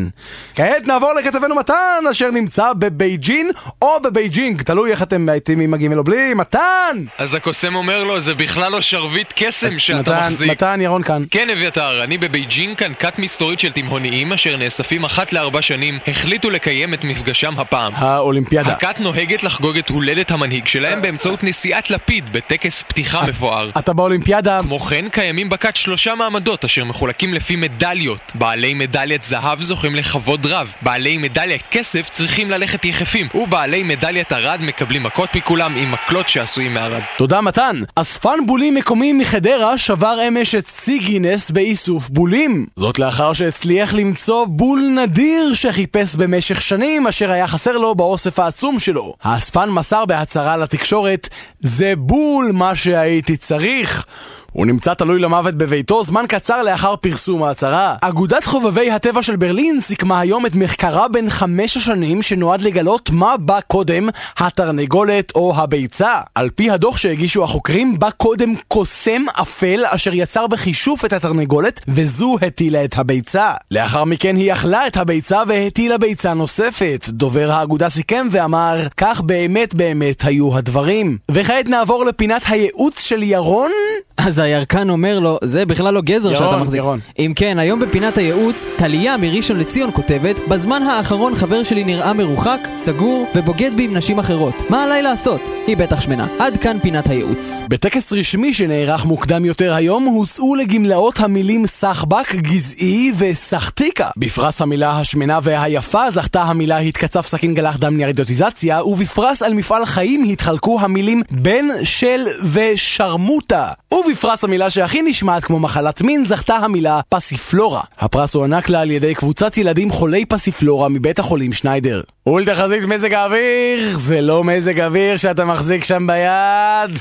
E: כעת נעבור לכתבנו מתן, אשר נמצא בבייג'ין או בבייג'ינג, תלוי איך אתם הייתם מגיעים אליו בלי. מתן!
K: אז הקוסם אומר לו, זה בכלל לא שרביט קסם שאתה
E: מתן,
K: מחזיק.
E: מתן, ירון כאן.
K: כן, אביתר, אני בבייג'ינג כאן כת מסתורית של תימהוניים אשר נאספים אחת לארבע שנים, החליטו לקיים את מפגשם הפעם.
E: האולימפיאדה.
K: הכת נוהגת לחגוג את הולדת המנהיג שלהם באמצעות נשיאת לפיד בטקס פתיחה מפואר.
E: אתה באולימפיאדה...
K: כמו כן, קיימים בכת שלושה מעמדות אשר מחולקים לפי מדליות. בעלי מדליית זהב זוכים לכבוד רב, בעלי מדליית כסף צריכים ללכת יחפים, ובעלי מדליית ארד מקבלים מכות מכולם עם מקלות שעשויים מארד.
E: תודה מתן! אספן בולים מקומי מחדרה שבר אמש את שיא גינס באיסוף בולים. זאת לאחר שהצליח למצוא בול נדיר שחיפש במשך שנים אשר היה חסר לו באוסף העצום שלו. האספן מסר בהצהרה לתקשורת זה בול מה שהייתי צריך! הוא נמצא תלוי למוות בביתו זמן קצר לאחר פרסום ההצהרה. אגודת חובבי הטבע של ברלין סיכמה היום את מחקרה בן חמש השנים שנועד לגלות מה בא קודם, התרנגולת או הביצה. על פי הדוח שהגישו החוקרים, בא קודם קוסם אפל אשר יצר בכישוף את התרנגולת, וזו הטילה את הביצה. לאחר מכן היא אכלה את הביצה והטילה ביצה נוספת. דובר האגודה סיכם ואמר, כך באמת באמת היו הדברים. וכעת נעבור לפינת הייעוץ של ירון.
F: אז הירקן אומר לו, זה בכלל לא גזר
E: ירון,
F: שאתה מחזיק.
E: ירון.
F: אם כן, היום בפינת הייעוץ, טליה מראשון לציון כותבת, בזמן האחרון חבר שלי נראה מרוחק, סגור ובוגד בי עם נשים אחרות. מה עליי לעשות? היא בטח שמנה. עד כאן פינת הייעוץ.
E: בטקס רשמי שנערך מוקדם יותר היום הוצאו לגמלאות המילים סחבק, גזעי וסחטיקה. בפרס המילה השמנה והיפה זכתה המילה התקצף סכין גלח דם ניירדיוטיזציה, ובפרס על מפעל חיים התחלקו המילים בן, של ושרמוטה. ובפרס המילה שהכי נשמעת כמו מחלת מין זכתה המילה פסיפלורה. הפרס הוענק לה על ידי קבוצת ילדים חולי פסיפלורה מבית החולים שניידר. ולתחזית מזג האוויר, זה לא מזג אוויר שאתה מחזיק שם ביד.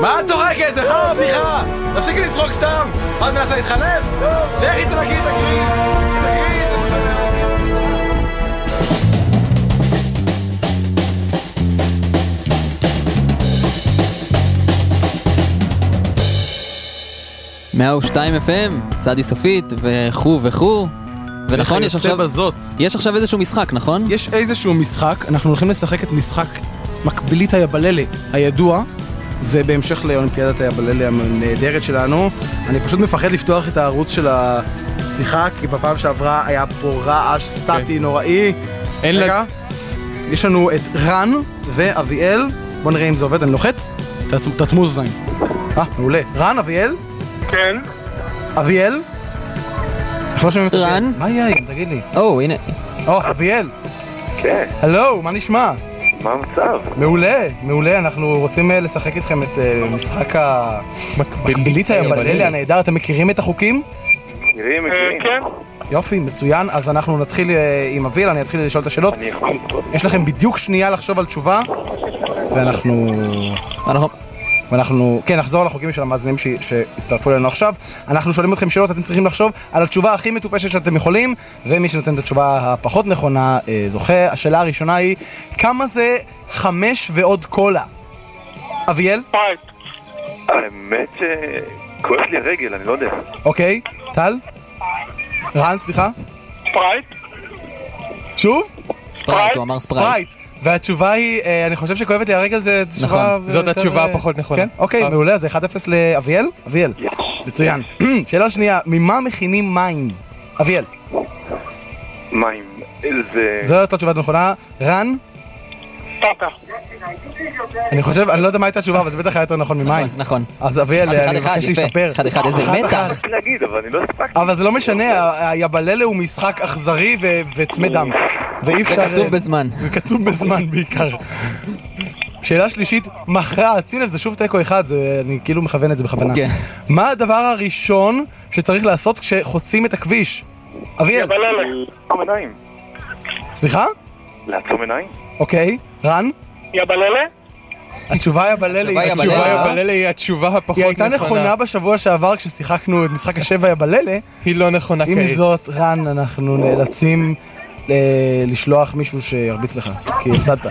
G: מה את צוחקת? זה חרא בדיחה! תפסיקי לצחוק סתם! מה את מנסה להתחנף? לכי תנקי את הגריז! תגריז! זה פשוט
F: מאה ושתיים FM, צעדי סופית, וכו' וכו'. ונכון, יש
E: וכיוצא
F: עכשיו...
E: בזאת.
F: יש עכשיו איזשהו משחק, נכון?
E: יש איזשהו משחק, אנחנו הולכים לשחק את משחק מקבילית היבללה הידוע. זה בהמשך לאולימפיאדת היבללה הנהדרת שלנו. אני פשוט מפחד לפתוח את הערוץ של השיחה, כי בפעם שעברה היה פה רעש סטטי נוראי.
A: אין
E: רגע, יש לנו את רן ואביאל. בוא נראה אם זה עובד, אני לוחץ. תעצמו- תעצמו אוזניים. אה, מעולה. רן, אביאל?
I: כן.
E: אביאל? אנחנו לא שומעים את אביאל. רן? מה יהיה היום? תגיד לי.
F: או, הנה.
E: או, אביאל.
I: כן.
E: הלו, מה נשמע?
I: מה המצב?
E: מעולה, מעולה, אנחנו רוצים אה, לשחק איתכם את אה, משחק המקבילית היבללה הנהדר, אתם מכירים את החוקים?
I: מכירים, מכירים. כן.
E: יופי, מצוין, אז אנחנו נתחיל אה, עם אביל, אני אתחיל לשאול את השאלות. יש לכם בדיוק שנייה לחשוב על תשובה, ואנחנו... ואנחנו, כן, נחזור לחוקים של המאזינים ש- שהצטרפו אלינו עכשיו. אנחנו שואלים אתכם שאלות, אתם צריכים לחשוב על התשובה הכי מטופשת שאתם יכולים, ומי שנותן את התשובה הפחות נכונה אה, זוכה. השאלה הראשונה היא, כמה זה חמש ועוד קולה? אביאל?
I: האמת שכואב לי הרגל, אני לא יודע.
E: אוקיי, טל? רן, סליחה?
I: ספרייט?
E: שוב?
F: ספרייט, הוא אמר ספרייט.
E: ספרייט. והתשובה היא, אה, אני חושב שכואבת לי הרגל, זה תשובה...
F: נכון. זאת
E: יותר,
F: התשובה
E: אה,
F: הפחות נכונה.
E: כן, אוקיי,
F: אבל-
E: מעולה, אז 1-0 לאביאל? אביאל. מצוין. שאלה שנייה, ממה מכינים מים? אביאל.
I: מים. זה...
E: זאת לא תשובה נכונה. רן?
I: טאטה.
E: אני חושב, אני לא יודע מה הייתה התשובה, אבל זה בטח היה יותר נכון ממים.
F: נכון.
E: אז אביאל, אה,
F: אחד, אחד,
E: לא אני מבקש
F: יפה.
E: להשתפר.
F: אחד, אחד, איזה מתח.
I: רציתי להגיד, אבל אני לא הספקתי.
E: אבל זה לא משנה, ה- היבללה הוא משחק אכזרי ו- וצמא דם. ואי אפשר...
F: וקצוב בזמן.
E: וקצוב בזמן בעיקר. שאלה שלישית, מכרעת, שים לב, זה שוב תיקו אחד, זה, אני כאילו מכוון את זה בכוונה.
F: כן.
E: מה הדבר הראשון שצריך לעשות כשחוצים את הכביש? אביאל.
I: לעצום עיניים.
E: סליחה?
I: לעצום עיניים?
E: אוקיי, רן?
I: יבללה?
E: התשובה יבללה היא
A: התשובה יבללה היא התשובה הפחות נכונה.
E: היא הייתה נכונה בשבוע שעבר כששיחקנו את משחק השבע יבללה.
A: היא לא נכונה כעת.
E: עם זאת, רן, אנחנו נאלצים אה, לשלוח מישהו שירביץ לך, כי הפסדת.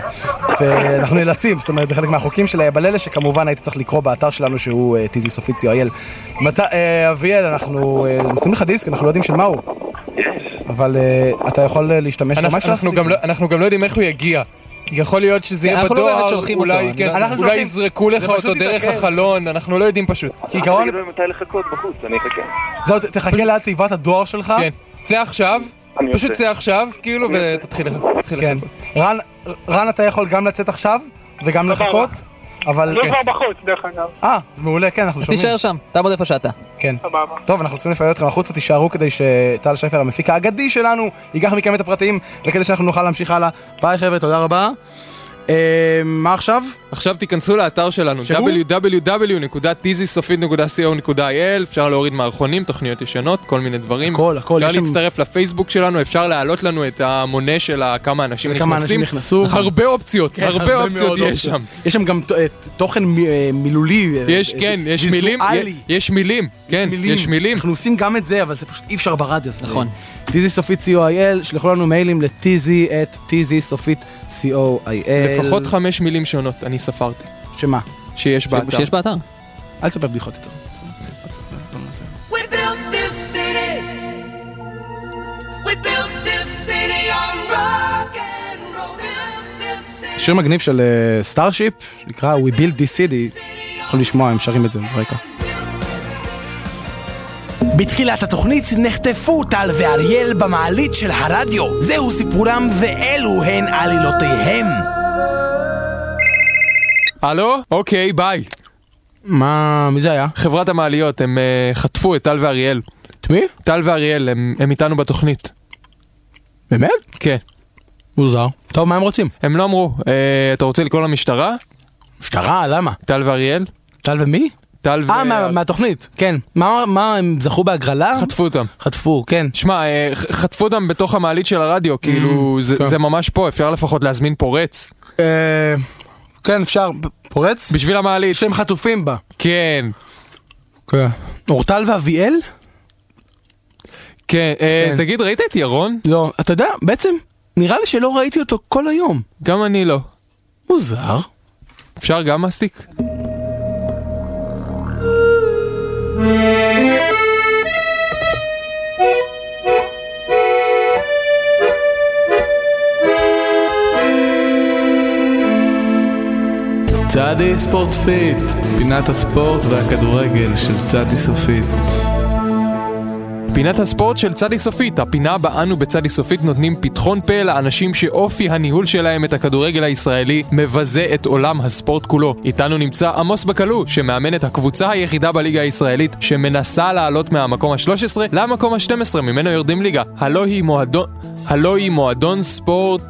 E: ואנחנו נאלצים, זאת אומרת, זה חלק מהחוקים של היבללה, שכמובן הייתי צריך לקרוא באתר שלנו, שהוא אה, טיזי סופיציו אייל. מת- אה, אביאל, אנחנו אה, נותנים לך דיסק, אנחנו לא יודעים של מה הוא. אבל אה, אתה יכול אה, להשתמש
A: אנחנו-
E: ממש
A: אנחנו גם לא- אנחנו גם לא יודעים איך הוא יגיע. יכול להיות שזה יהיה
E: אנחנו לא באמת
A: בדואר,
E: שולחים אותו,
A: אולי
E: אני
A: כן,
E: לא- אנחנו
A: אולי
E: שולחים.
A: יזרקו לך
E: זה פשוט
A: אותו דרך
E: יתעכב.
A: החלון, אנחנו לא יודעים פשוט.
E: כעיקרון-
I: אני לא יודע מתי לחכות בחוץ, אני אחכה.
E: זהו, ת- תחכה ליד תיבת הדואר שלך.
A: כן. צא עכשיו,
I: אני
A: פשוט
I: יוצא.
A: צא עכשיו, כאילו, ותתחיל לח- תתחיל
E: כן.
A: לחכות.
E: רן, רן, אתה יכול גם לצאת עכשיו, וגם לחכות, אבל...
F: אני
E: כן.
F: כבר
E: בחוץ, דרך אגב. אה, זה מעולה, כן, אנחנו
F: אז
E: שומעים.
F: תישאר שם, תעמוד איפה שאתה.
E: כן. טוב, אנחנו צריכים לפעול אתכם החוצה, תישארו כדי שטל שפר, המפיק האגדי שלנו, ייקח מכם את הפרטים, וכדי שאנחנו נוכל להמשיך הלאה. ביי חבר'ה, תודה רבה. אה, מה עכשיו?
A: עכשיו תיכנסו לאתר שלנו,
E: שהוא?
A: www.tizysופית.co.il, אפשר להוריד מערכונים, תוכניות ישנות, כל מיני דברים. הכל,
E: הכל, יש
A: אפשר
E: שם-
A: להצטרף לפייסבוק שלנו, אפשר להעלות לנו את המונה של ה- כמה אנשים נכנסים.
E: וכמה אנשים נכנסו.
A: הרבה אופציות,
E: כן,
A: הרבה
E: מאוד
A: אופציות יש שם.
E: יש שם גם ת- אה, תוכן מ- אה, מילולי. אה,
A: יש,
E: אה,
A: כן, יש מילים,
E: ויזואלי.
A: יש מילים, כן, יש מילים.
E: אנחנו עושים גם את זה, אבל זה פשוט אי אפשר ברדיו. נכון. טיזי סופית co.il, שלחו לנו מיילים לטיזי את טיזי סופית co.il.
A: לפחות חמש מילים שונות, אני ספרתי.
E: אה, שמה?
A: שיש באתר.
F: שיש באתר.
E: אל תספר בדיחות יותר.
H: We built this city. We built this city on rock and roll. Built this city.
E: שיר מגניב של סטארשיפ, שנקרא We Build This City, יכול לשמוע, הם שרים את זה ברקע.
L: בתחילת התוכנית נחטפו טל ואריאל במעלית של הרדיו. זהו סיפורם ואלו הן עלילותיהם.
A: הלו? אוקיי, ביי.
E: מה, מי זה היה?
A: חברת המעליות, הם אה, חטפו את טל ואריאל.
E: את מי?
A: טל ואריאל, הם הם איתנו בתוכנית.
E: באמת?
A: כן.
E: מוזר. טוב, מה הם רוצים?
A: הם לא אמרו. אה, אתה רוצה לקרוא למשטרה?
E: משטרה? למה?
A: טל ואריאל.
E: טל ומי?
A: טל ו...
E: אה, מה- מהתוכנית, כן. מה, מה, הם זכו בהגרלה?
A: חטפו אותם.
E: חטפו, כן.
A: שמע, אה, ח- חטפו אותם בתוך המעלית של הרדיו, כאילו,
E: Mm,
A: זה- זה ממש פה, אפשר לפחות להזמין פורץ.
E: אה, כן, אפשר. פורץ?
A: בשביל המעלית. אה,
E: שהם חטופים בה.
A: כן.
E: כן. אורטל ואביאל?
A: כן, אה,
E: כן.
A: תגיד, ראית את ירון?
E: לא, אתה יודע, בעצם, נראה לי שלא ראיתי אותו כל היום.
A: גם אני לא.
E: מוזר.
A: אפשר גם מסטיק?
M: צעדי ספורט פיט, פינת הספורט והכדורגל של צעדי סופית.
A: פינת הספורט של צדי סופית, הפינה בה אנו בצדי סופית נותנים פתחון פה לאנשים שאופי הניהול שלהם את הכדורגל הישראלי מבזה את עולם הספורט כולו. איתנו נמצא עמוס בקלו, שמאמן את הקבוצה היחידה בליגה הישראלית שמנסה לעלות מהמקום ה-13 למקום ה-12 ממנו יורדים ליגה. הלא היא מועדון... הלא היא מועדון ספורט...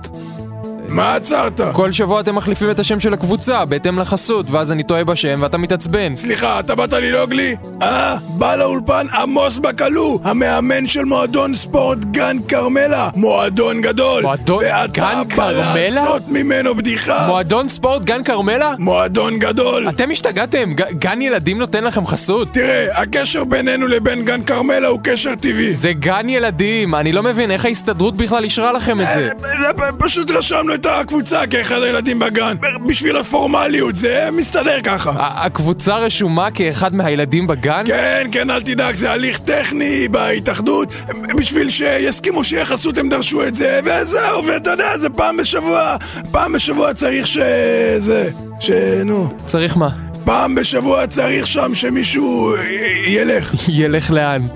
B: מה עצרת?
A: כל שבוע אתם מחליפים את השם של הקבוצה בהתאם לחסות, ואז אני טועה בשם ואתה מתעצבן.
B: סליחה, אתה באת ללעוג לי? אה, בא לאולפן עמוס בקלו, המאמן של מועדון ספורט גן כרמלה. מועדון גדול. מועדון
A: גן
B: ואתה
A: כרמלה?
B: בא לעשות ממנו בדיחה.
A: מועדון ספורט גן כרמלה?
B: מועדון גדול.
A: אתם השתגעתם? ג- גן ילדים נותן לכם חסות?
B: תראה, הקשר בינינו לבין גן כרמלה הוא קשר טבעי.
A: זה גן ילדים, אני לא מבין איך ההסתדרות בכלל אישרה לכם את זה.
B: אה. זה- פשוט רשמנו את הקבוצה כאחד הילדים בגן. בשביל הפורמליות, זה מסתדר ככה.
A: ה- הקבוצה רשומה כאחד מהילדים בגן?
B: כן, כן, אל תדאג, זה הליך טכני בהתאחדות. בשביל שיסכימו שיהיה חסות הם דרשו את זה, וזהו, ואתה יודע, זה פעם בשבוע, פעם בשבוע צריך ש... זה, ש... נו.
A: צריך מה?
B: פעם בשבוע צריך שם שמישהו י- ילך.
A: ילך לאן?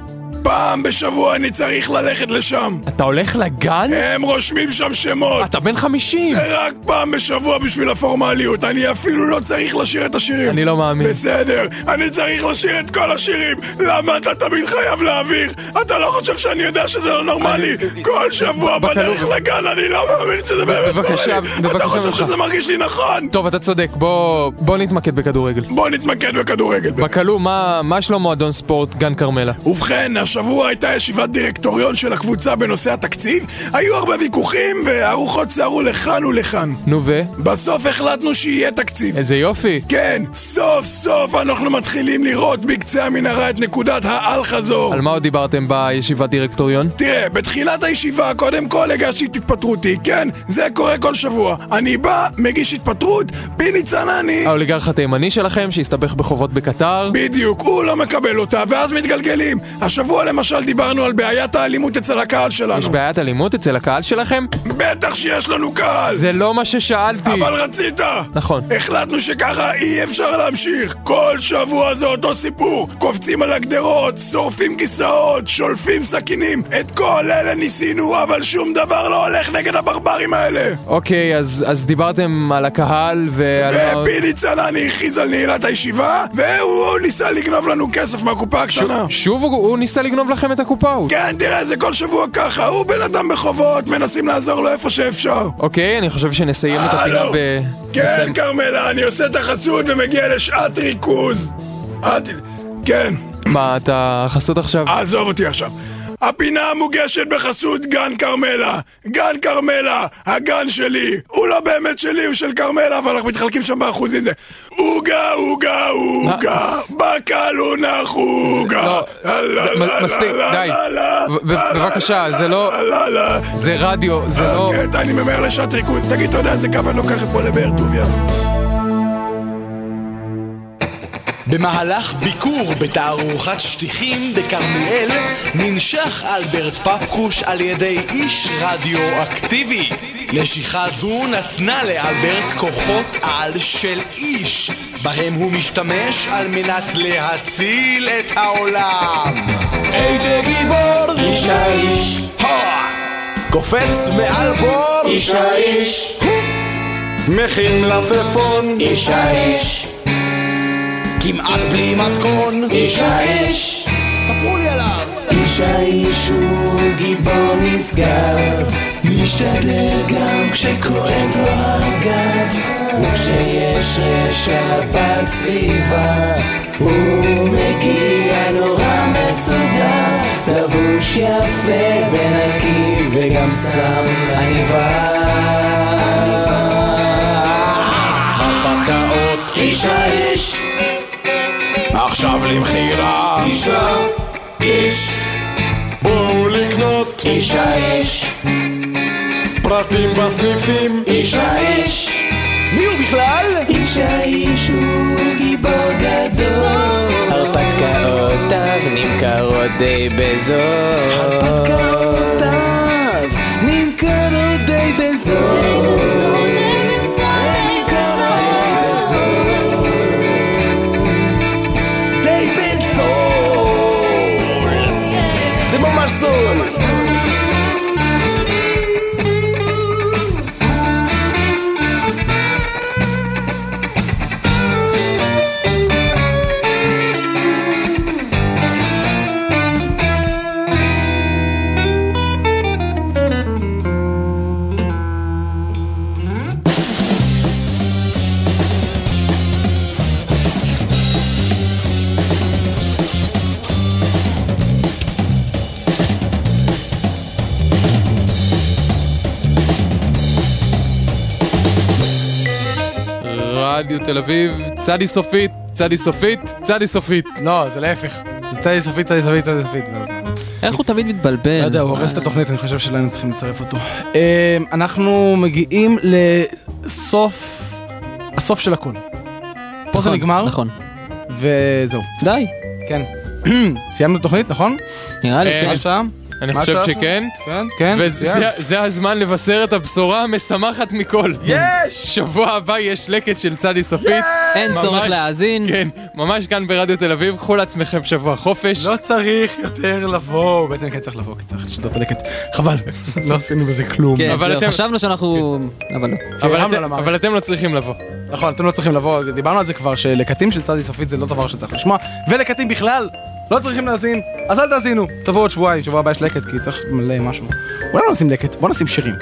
B: פעם בשבוע אני צריך ללכת לשם.
A: אתה הולך לגן?
B: הם רושמים שם שמות.
A: אתה בן 50.
B: זה רק פעם בשבוע בשביל הפורמליות. אני אפילו לא צריך לשיר את השירים.
A: אני לא מאמין.
B: בסדר, אני צריך לשיר את כל השירים. למה אתה תמיד חייב להעביר? אתה לא חושב שאני יודע שזה לא נורמלי? כל שבוע בדרך לגן אני לא מאמין שזה באמת
A: בבקשה,
B: נורמלי. אתה
A: בבקשה
B: חושב
A: ממך.
B: שזה מרגיש לי נכון?
A: טוב, אתה צודק, בוא, בוא נתמקד בכדורגל.
B: בוא נתמקד בכדורגל.
A: בקלו, מה, מה שלום מועדון ספורט גן כרמלה?
B: ובכן, השבוע הייתה ישיבת דירקטוריון של הקבוצה בנושא התקציב, היו הרבה ויכוחים והרוחות סערו לכאן ולכאן.
A: נו ו?
B: בסוף החלטנו שיהיה תקציב.
A: איזה יופי.
B: כן, סוף סוף אנחנו מתחילים לראות בקצה המנהרה את נקודת האל-חזור.
A: על מה עוד דיברתם בישיבת דירקטוריון?
B: תראה, בתחילת הישיבה קודם כל הגשתי את התפטרותי, כן? זה קורה כל שבוע. אני בא, מגיש התפטרות, פיני צנני...
A: האוליגרך התימני שלכם שהסתבך בחובות בקטר?
B: בדיוק, הוא לא מקבל אותה, ואז מתגלגלים. השבוע למשל דיברנו על בעיית האלימות אצל הקהל שלנו.
A: יש בעיית אלימות אצל הקהל שלכם?
B: בטח שיש לנו קהל!
A: זה לא מה ששאלתי.
B: אבל רצית!
A: נכון.
B: החלטנו שככה אי אפשר להמשיך! כל שבוע זה אותו סיפור! קופצים על הגדרות, שורפים כיסאות, שולפים סכינים! את כל אלה ניסינו, אבל שום דבר לא הולך נגד הברברים האלה!
A: אוקיי, אז, אז דיברתם על הקהל ועל... מה עוד?
B: ופיני צנני הכריז על נעילת הישיבה, והוא ניסה לגנוב לנו כסף מהקופה הקטנה.
A: שוב הוא, הוא ניסה לגנוב לכם את הקופה, הוא...
B: כן, תראה, זה כל שבוע ככה, הוא בן אדם בחובות, מנסים לעזור לו איפה שאפשר.
A: אוקיי, אני חושב שנסיים את הפינה
B: הלו.
A: ב...
B: כן, כרמלה, אני עושה את החסות ומגיע לשעת ריכוז. את... כן,
A: מה, אתה חסות עכשיו?
B: עזוב אותי עכשיו. הפינה מוגשת בחסות גן כרמלה. גן כרמלה, הגן שלי. הוא לא באמת שלי, הוא של כרמלה, אבל אנחנו מתחלקים שם באחוזים. זה עוגה, עוגה, עוגה, בקלונה חוגה. לה, לה,
A: אה, לא, מ-
B: לה,
A: מספיק,
B: לה,
A: די.
B: לה, לה,
A: ב- ב- בבקשה, זה לא...
B: לה, לה.
A: זה רדיו, זה
B: אה,
A: לא...
B: כן, אני ממהר לשעת ריכוז. תגיד, אתה יודע איזה קו אני לוקח פה לבאר טוביה?
L: במהלך ביקור בתערוכת שטיחים בכרמיאל, ננשך אלברט פפקוש על ידי איש רדיואקטיבי. נשיכה זו נתנה לאלברט כוחות על של איש, בהם הוא משתמש על מנת להציל את העולם. איזה גיבור! איש האיש! קופץ מעל בור!
H: איש האיש.
L: מכין מלפפון! איש האיש! כמעט בלי מתכון!
H: איש האיש.
L: ספרו לי עליו!
H: איש האיש הוא גיבור נשגב, משתדל גם כשכואב לו הגב, וכשיש רשע בסביבה, הוא מגיע נורא מסודר, לבוש יפה ונקי וגם שם עניבה. הרפתקאות, איש האיש! עכשיו למכירה.
N: אישה, איש.
H: בואו לקנות.
N: אישה, איש.
H: פרטים בסניפים.
N: איש האיש.
H: מי הוא בכלל?
N: איש האיש הוא גיבור גדול.
O: הרפתקאותיו נמכרות די בזול.
N: הרפתקאותיו נמכרו די בזול.
H: די בזול! זה ממש זול!
A: רדיו תל אביב, צדי סופית, צדי סופית, צדי סופית.
E: לא, זה להפך. זה צדי סופית, צדי סופית, צדי סופית.
F: איך הוא תמיד מתבלבל?
E: לא יודע, הוא הורס את התוכנית, אני חושב שלא היינו צריכים לצרף אותו. אה, אנחנו מגיעים לסוף, הסוף של הכול. פה זה
F: נכון,
E: נגמר.
F: נכון.
E: וזהו.
F: די.
E: כן. סיימנו את התוכנית, נכון?
F: נראה
A: לי, כן.
E: מה השעה?
A: אני
E: מה
A: חושב
E: השעה?
A: שכן.
E: כן? כן,
A: וזה
E: מצוין.
A: זה הזמן לבשר את הבשורה המשמחת מכל. יש! שבוע הבא יש לקט של צדי סופית.
F: אין
A: ממש-
F: צורך להאזין.
A: כן, ממש כאן ברדיו תל אביב, קחו לעצמכם שבוע חופש.
E: לא צריך יותר לבוא. בעצם כן צריך לבוא, כי צריך לשתות את הלקט. חבל, לא עשינו בזה כלום.
F: כן, זהו, חשבנו שאנחנו... אבל לא.
E: הרמנו על המערכת.
A: כן. אבל אתם לא צריכים לבוא.
E: נכון, אתם לא צריכים לבוא, דיברנו על זה כבר, שלקטים של צדי סופית זה לא דבר שצריך לשמוע, ולקטים בכלל לא צריכים להאזין, אז אל תאזינו. תבואו עוד שבועיים, שבוע הבא יש לקט, כי צריך מלא משהו. אולי לא נשים לקט, בוא נשים שירים.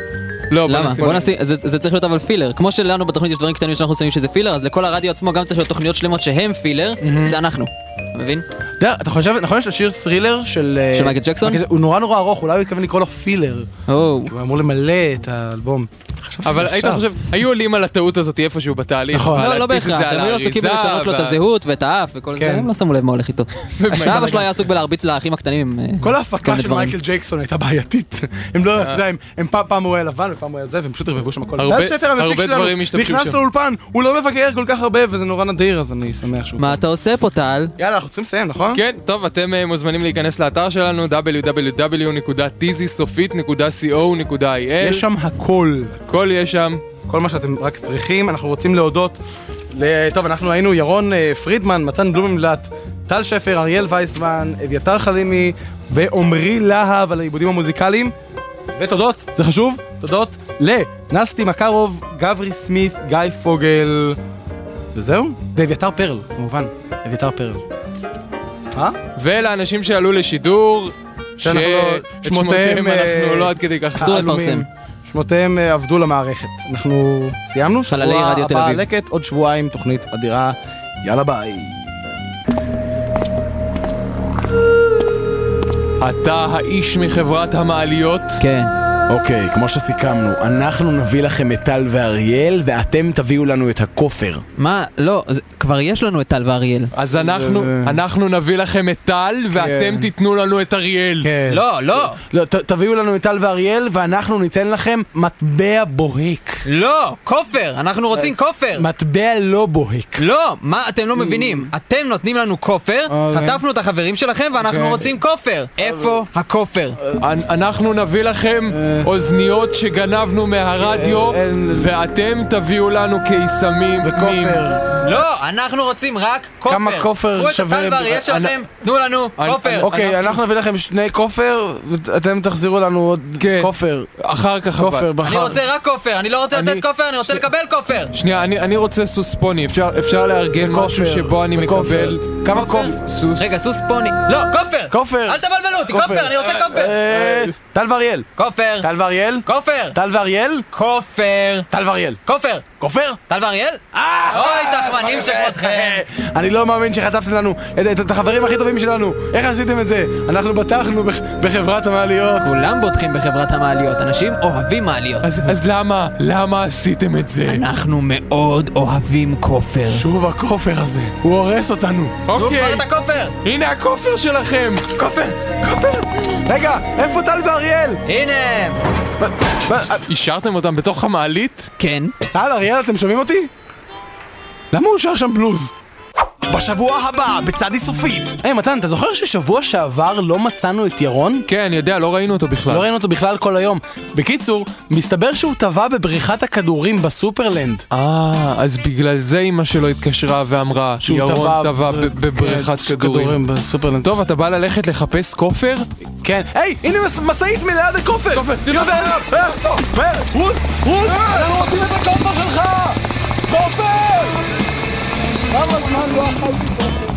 A: לא,
F: למה? בוא נשים, זה, זה צריך להיות אבל פילר. כמו שלנו בתוכנית יש דברים קטנים שאנחנו שמים שזה פילר, אז לכל הרדיו עצמו גם צריך להיות תוכניות שלמות שהן פילר,
E: מהמם.
F: זה אנחנו. אתה מבין?
E: אתה יודע, אתה חושב, נכון יש לשיר ת'רילר של... אה,
F: של מייקל ג'קסון?
E: הוא נורא נורא ארוך, אולי הוא התכוון לקרוא לו פילר.
F: הוא
E: אמור למלא את האלבום. חשבתי
A: אבל היית
E: עכשיו.
A: חושב, היו עולים על הטעות הזאת איפשהו בתהליך.
E: נכון.
A: אבל
F: לא, לא
A: להדפיס את
F: בהכרח,
A: זה על
F: הם היו עסוקים
A: האריזה
F: בלשנות לו את
A: וה-
F: הזהות ואת האף וכל זה,
A: כן.
F: הם לא שמו לב מה הולך איתו. אבא שלו היה עסוק בלהרביץ לאחים הקטנים עם... אה,
E: כל
F: כל
E: ההפקה
F: מיני
E: של
F: דברים.
E: מייקל ג'קסון הייתה בעייתית. הם לא, אתה יודע, הם- הם פעם- פעם הוא היה לבן ופעם הוא היה זה, והם פשוט ערבבו שם הכל.
A: הרבה-
E: טל שפר, המפיק
A: הרבה
E: שלנו,
A: דברים השתמשו
E: נכנס
A: שם.
E: לאולפן, הוא לא מבקר כל כך הרבה, וזה נורא נדיר, אז אני שמח שהוא...
F: מה אתה עושה פה, טל?
E: יאללה, אנחנו צריכים לסיים, נכון?
A: כן, טוב, אתם אה, מוזמנים להיכנס לאתר שלנו www.tizysופית.co.il
E: יש שם הכל.
A: הכל יש שם.
E: כל מה שאתם רק צריכים, אנחנו רוצים להודות. ל- טוב, אנחנו היינו ירון אה, פרידמן, מתן בלומנבלט, טל שפר, אריאל וייסמן, אביתר חלימי ועמרי להב על העיבודים המוזיקליים. ותודות, זה חשוב, תודות לנסטי מקרוב, גברי סמית, גיא פוגל, וזהו, ואביתר פרל, כמובן, אביתר פרל. אה?
A: ולאנשים שעלו לשידור,
E: שאנחנו לא-
A: את שמותיהם
E: אה,
A: אנחנו לא עד כדי כך
E: עלומים. שמותיהם אה, עבדו למערכת. אנחנו סיימנו, שבוע
F: חללי רדיו תל
E: הבא
F: אביב.
E: לקט, עוד שבועיים תוכנית אדירה, יאללה ביי.
A: אתה האיש מחברת המעליות?
F: כן.
P: אוקיי, כמו שסיכמנו, אנחנו נביא לכם את טל ואריאל, ואתם תביאו לנו את הכופר.
F: מה? לא, זה- כבר יש לנו את טל ואריאל.
A: אז
E: אה,
A: אנחנו, אנחנו נביא לכם את טל, ואתם
P: כן.
A: תיתנו לנו את אריאל.
E: כן.
F: לא, לא.
E: לא, ת- תביאו לנו את טל ואריאל, ואנחנו ניתן לכם מטבע בוהק.
F: לא, כופר! אנחנו רוצים כופר!
E: מטבע לא בוהק.
F: לא! מה אתם
A: Mm.
F: לא מבינים? אתם נותנים לנו כופר, חטפנו את החברים שלכם ואנחנו
A: אוקיי. אה,
F: רוצים כופר! איפה הכופר? אה.
A: אנ- אנחנו נביא לכם אוזניות שגנבנו מהרדיו, ואתם תביאו לנו קיסמים. וכופר.
F: לא, אנחנו רוצים רק כופר!
E: כמה כופר שווה-
F: קחו את הטל ואריאל שלכם, תנו לנו כופר!
E: אוקיי, אנחנו נביא לכם שני כופר, ואתם תחזירו לנו עוד כופר.
A: אחר כך אבל.
E: כופר,
F: אני
E: בחר.
F: רוצה רק כופר, אני לא רוצה
A: אני-
F: לתת כופר, אני רוצה לקבל כופר!
A: שנייה, אני, אני רוצה סוס פוני, אפשר, אפשר לארגן משהו שבו אני מקבל...
E: כמה כופר?
A: סוס.
F: רגע, סוס פוני. לא, כופר!
E: כופר!
F: אל תבלבלו אותי, כופר, אני רוצה כופר!
E: אה, טל ואריאל.
F: כופר!
E: טל ואריאל.
F: כופר!
E: טל ואריאל.
F: כופר!
E: טל ואריאל.
F: כופר!
E: כופר?
N: אה!
F: טל ואריאל? אוי, אתה
Q: מאמין שכמותכם.
E: אני לא מאמין שחטפתם לנו את- את- את החברים הכי טובים שלנו. איך עשיתם את זה? אנחנו בטחנו בח- בחברת המעליות.
F: כולם בוטחים בחברת המעליות, אנשים אוהבים מעליות.
A: אז למה? למה עשיתם את זה?
F: אנחנו מאוד אוהבים כופר.
E: שוב הכופר הזה, הוא הורס אותנו.
A: אוקיי.
F: נו, כבר את הכופר!
A: הנה הכופר שלכם!
E: כופר! כופר! רגע, איפה טל ואריאל?
F: הנה הם!
A: השארתם אותם בתוך המעלית?
F: כן.
E: אה, טל, אריאל, אתם שומעים אותי? למה הוא שר שם בלוז? בשבוע הבא, בצד איסופית. היי, מתן, אתה זוכר ששבוע שעבר לא מצאנו את ירון?
A: כן, אני יודע, לא ראינו אותו בכלל.
E: לא ראינו אותו בכלל כל היום. בקיצור, מסתבר שהוא טבע בבריכת הכדורים בסופרלנד.
A: אה, אז בגלל זה אימא שלו התקשרה ואמרה,
E: שהוא
A: ירון
E: טבע
A: טבע
E: ב-
A: ב- בבריכת
E: כן,
A: כדורים.
E: כדורים בסופרלנד.
A: טוב, אתה בא ללכת לחפש כופר?
E: כן. היי, הנה מס- משאית מלאה אה, בכופר! כופר, תראה עליו!
G: מהר, רוץ, רוץ! אנחנו רוצים את הכופר שלך! כופר! כמה זמן לא אכלתי כופר?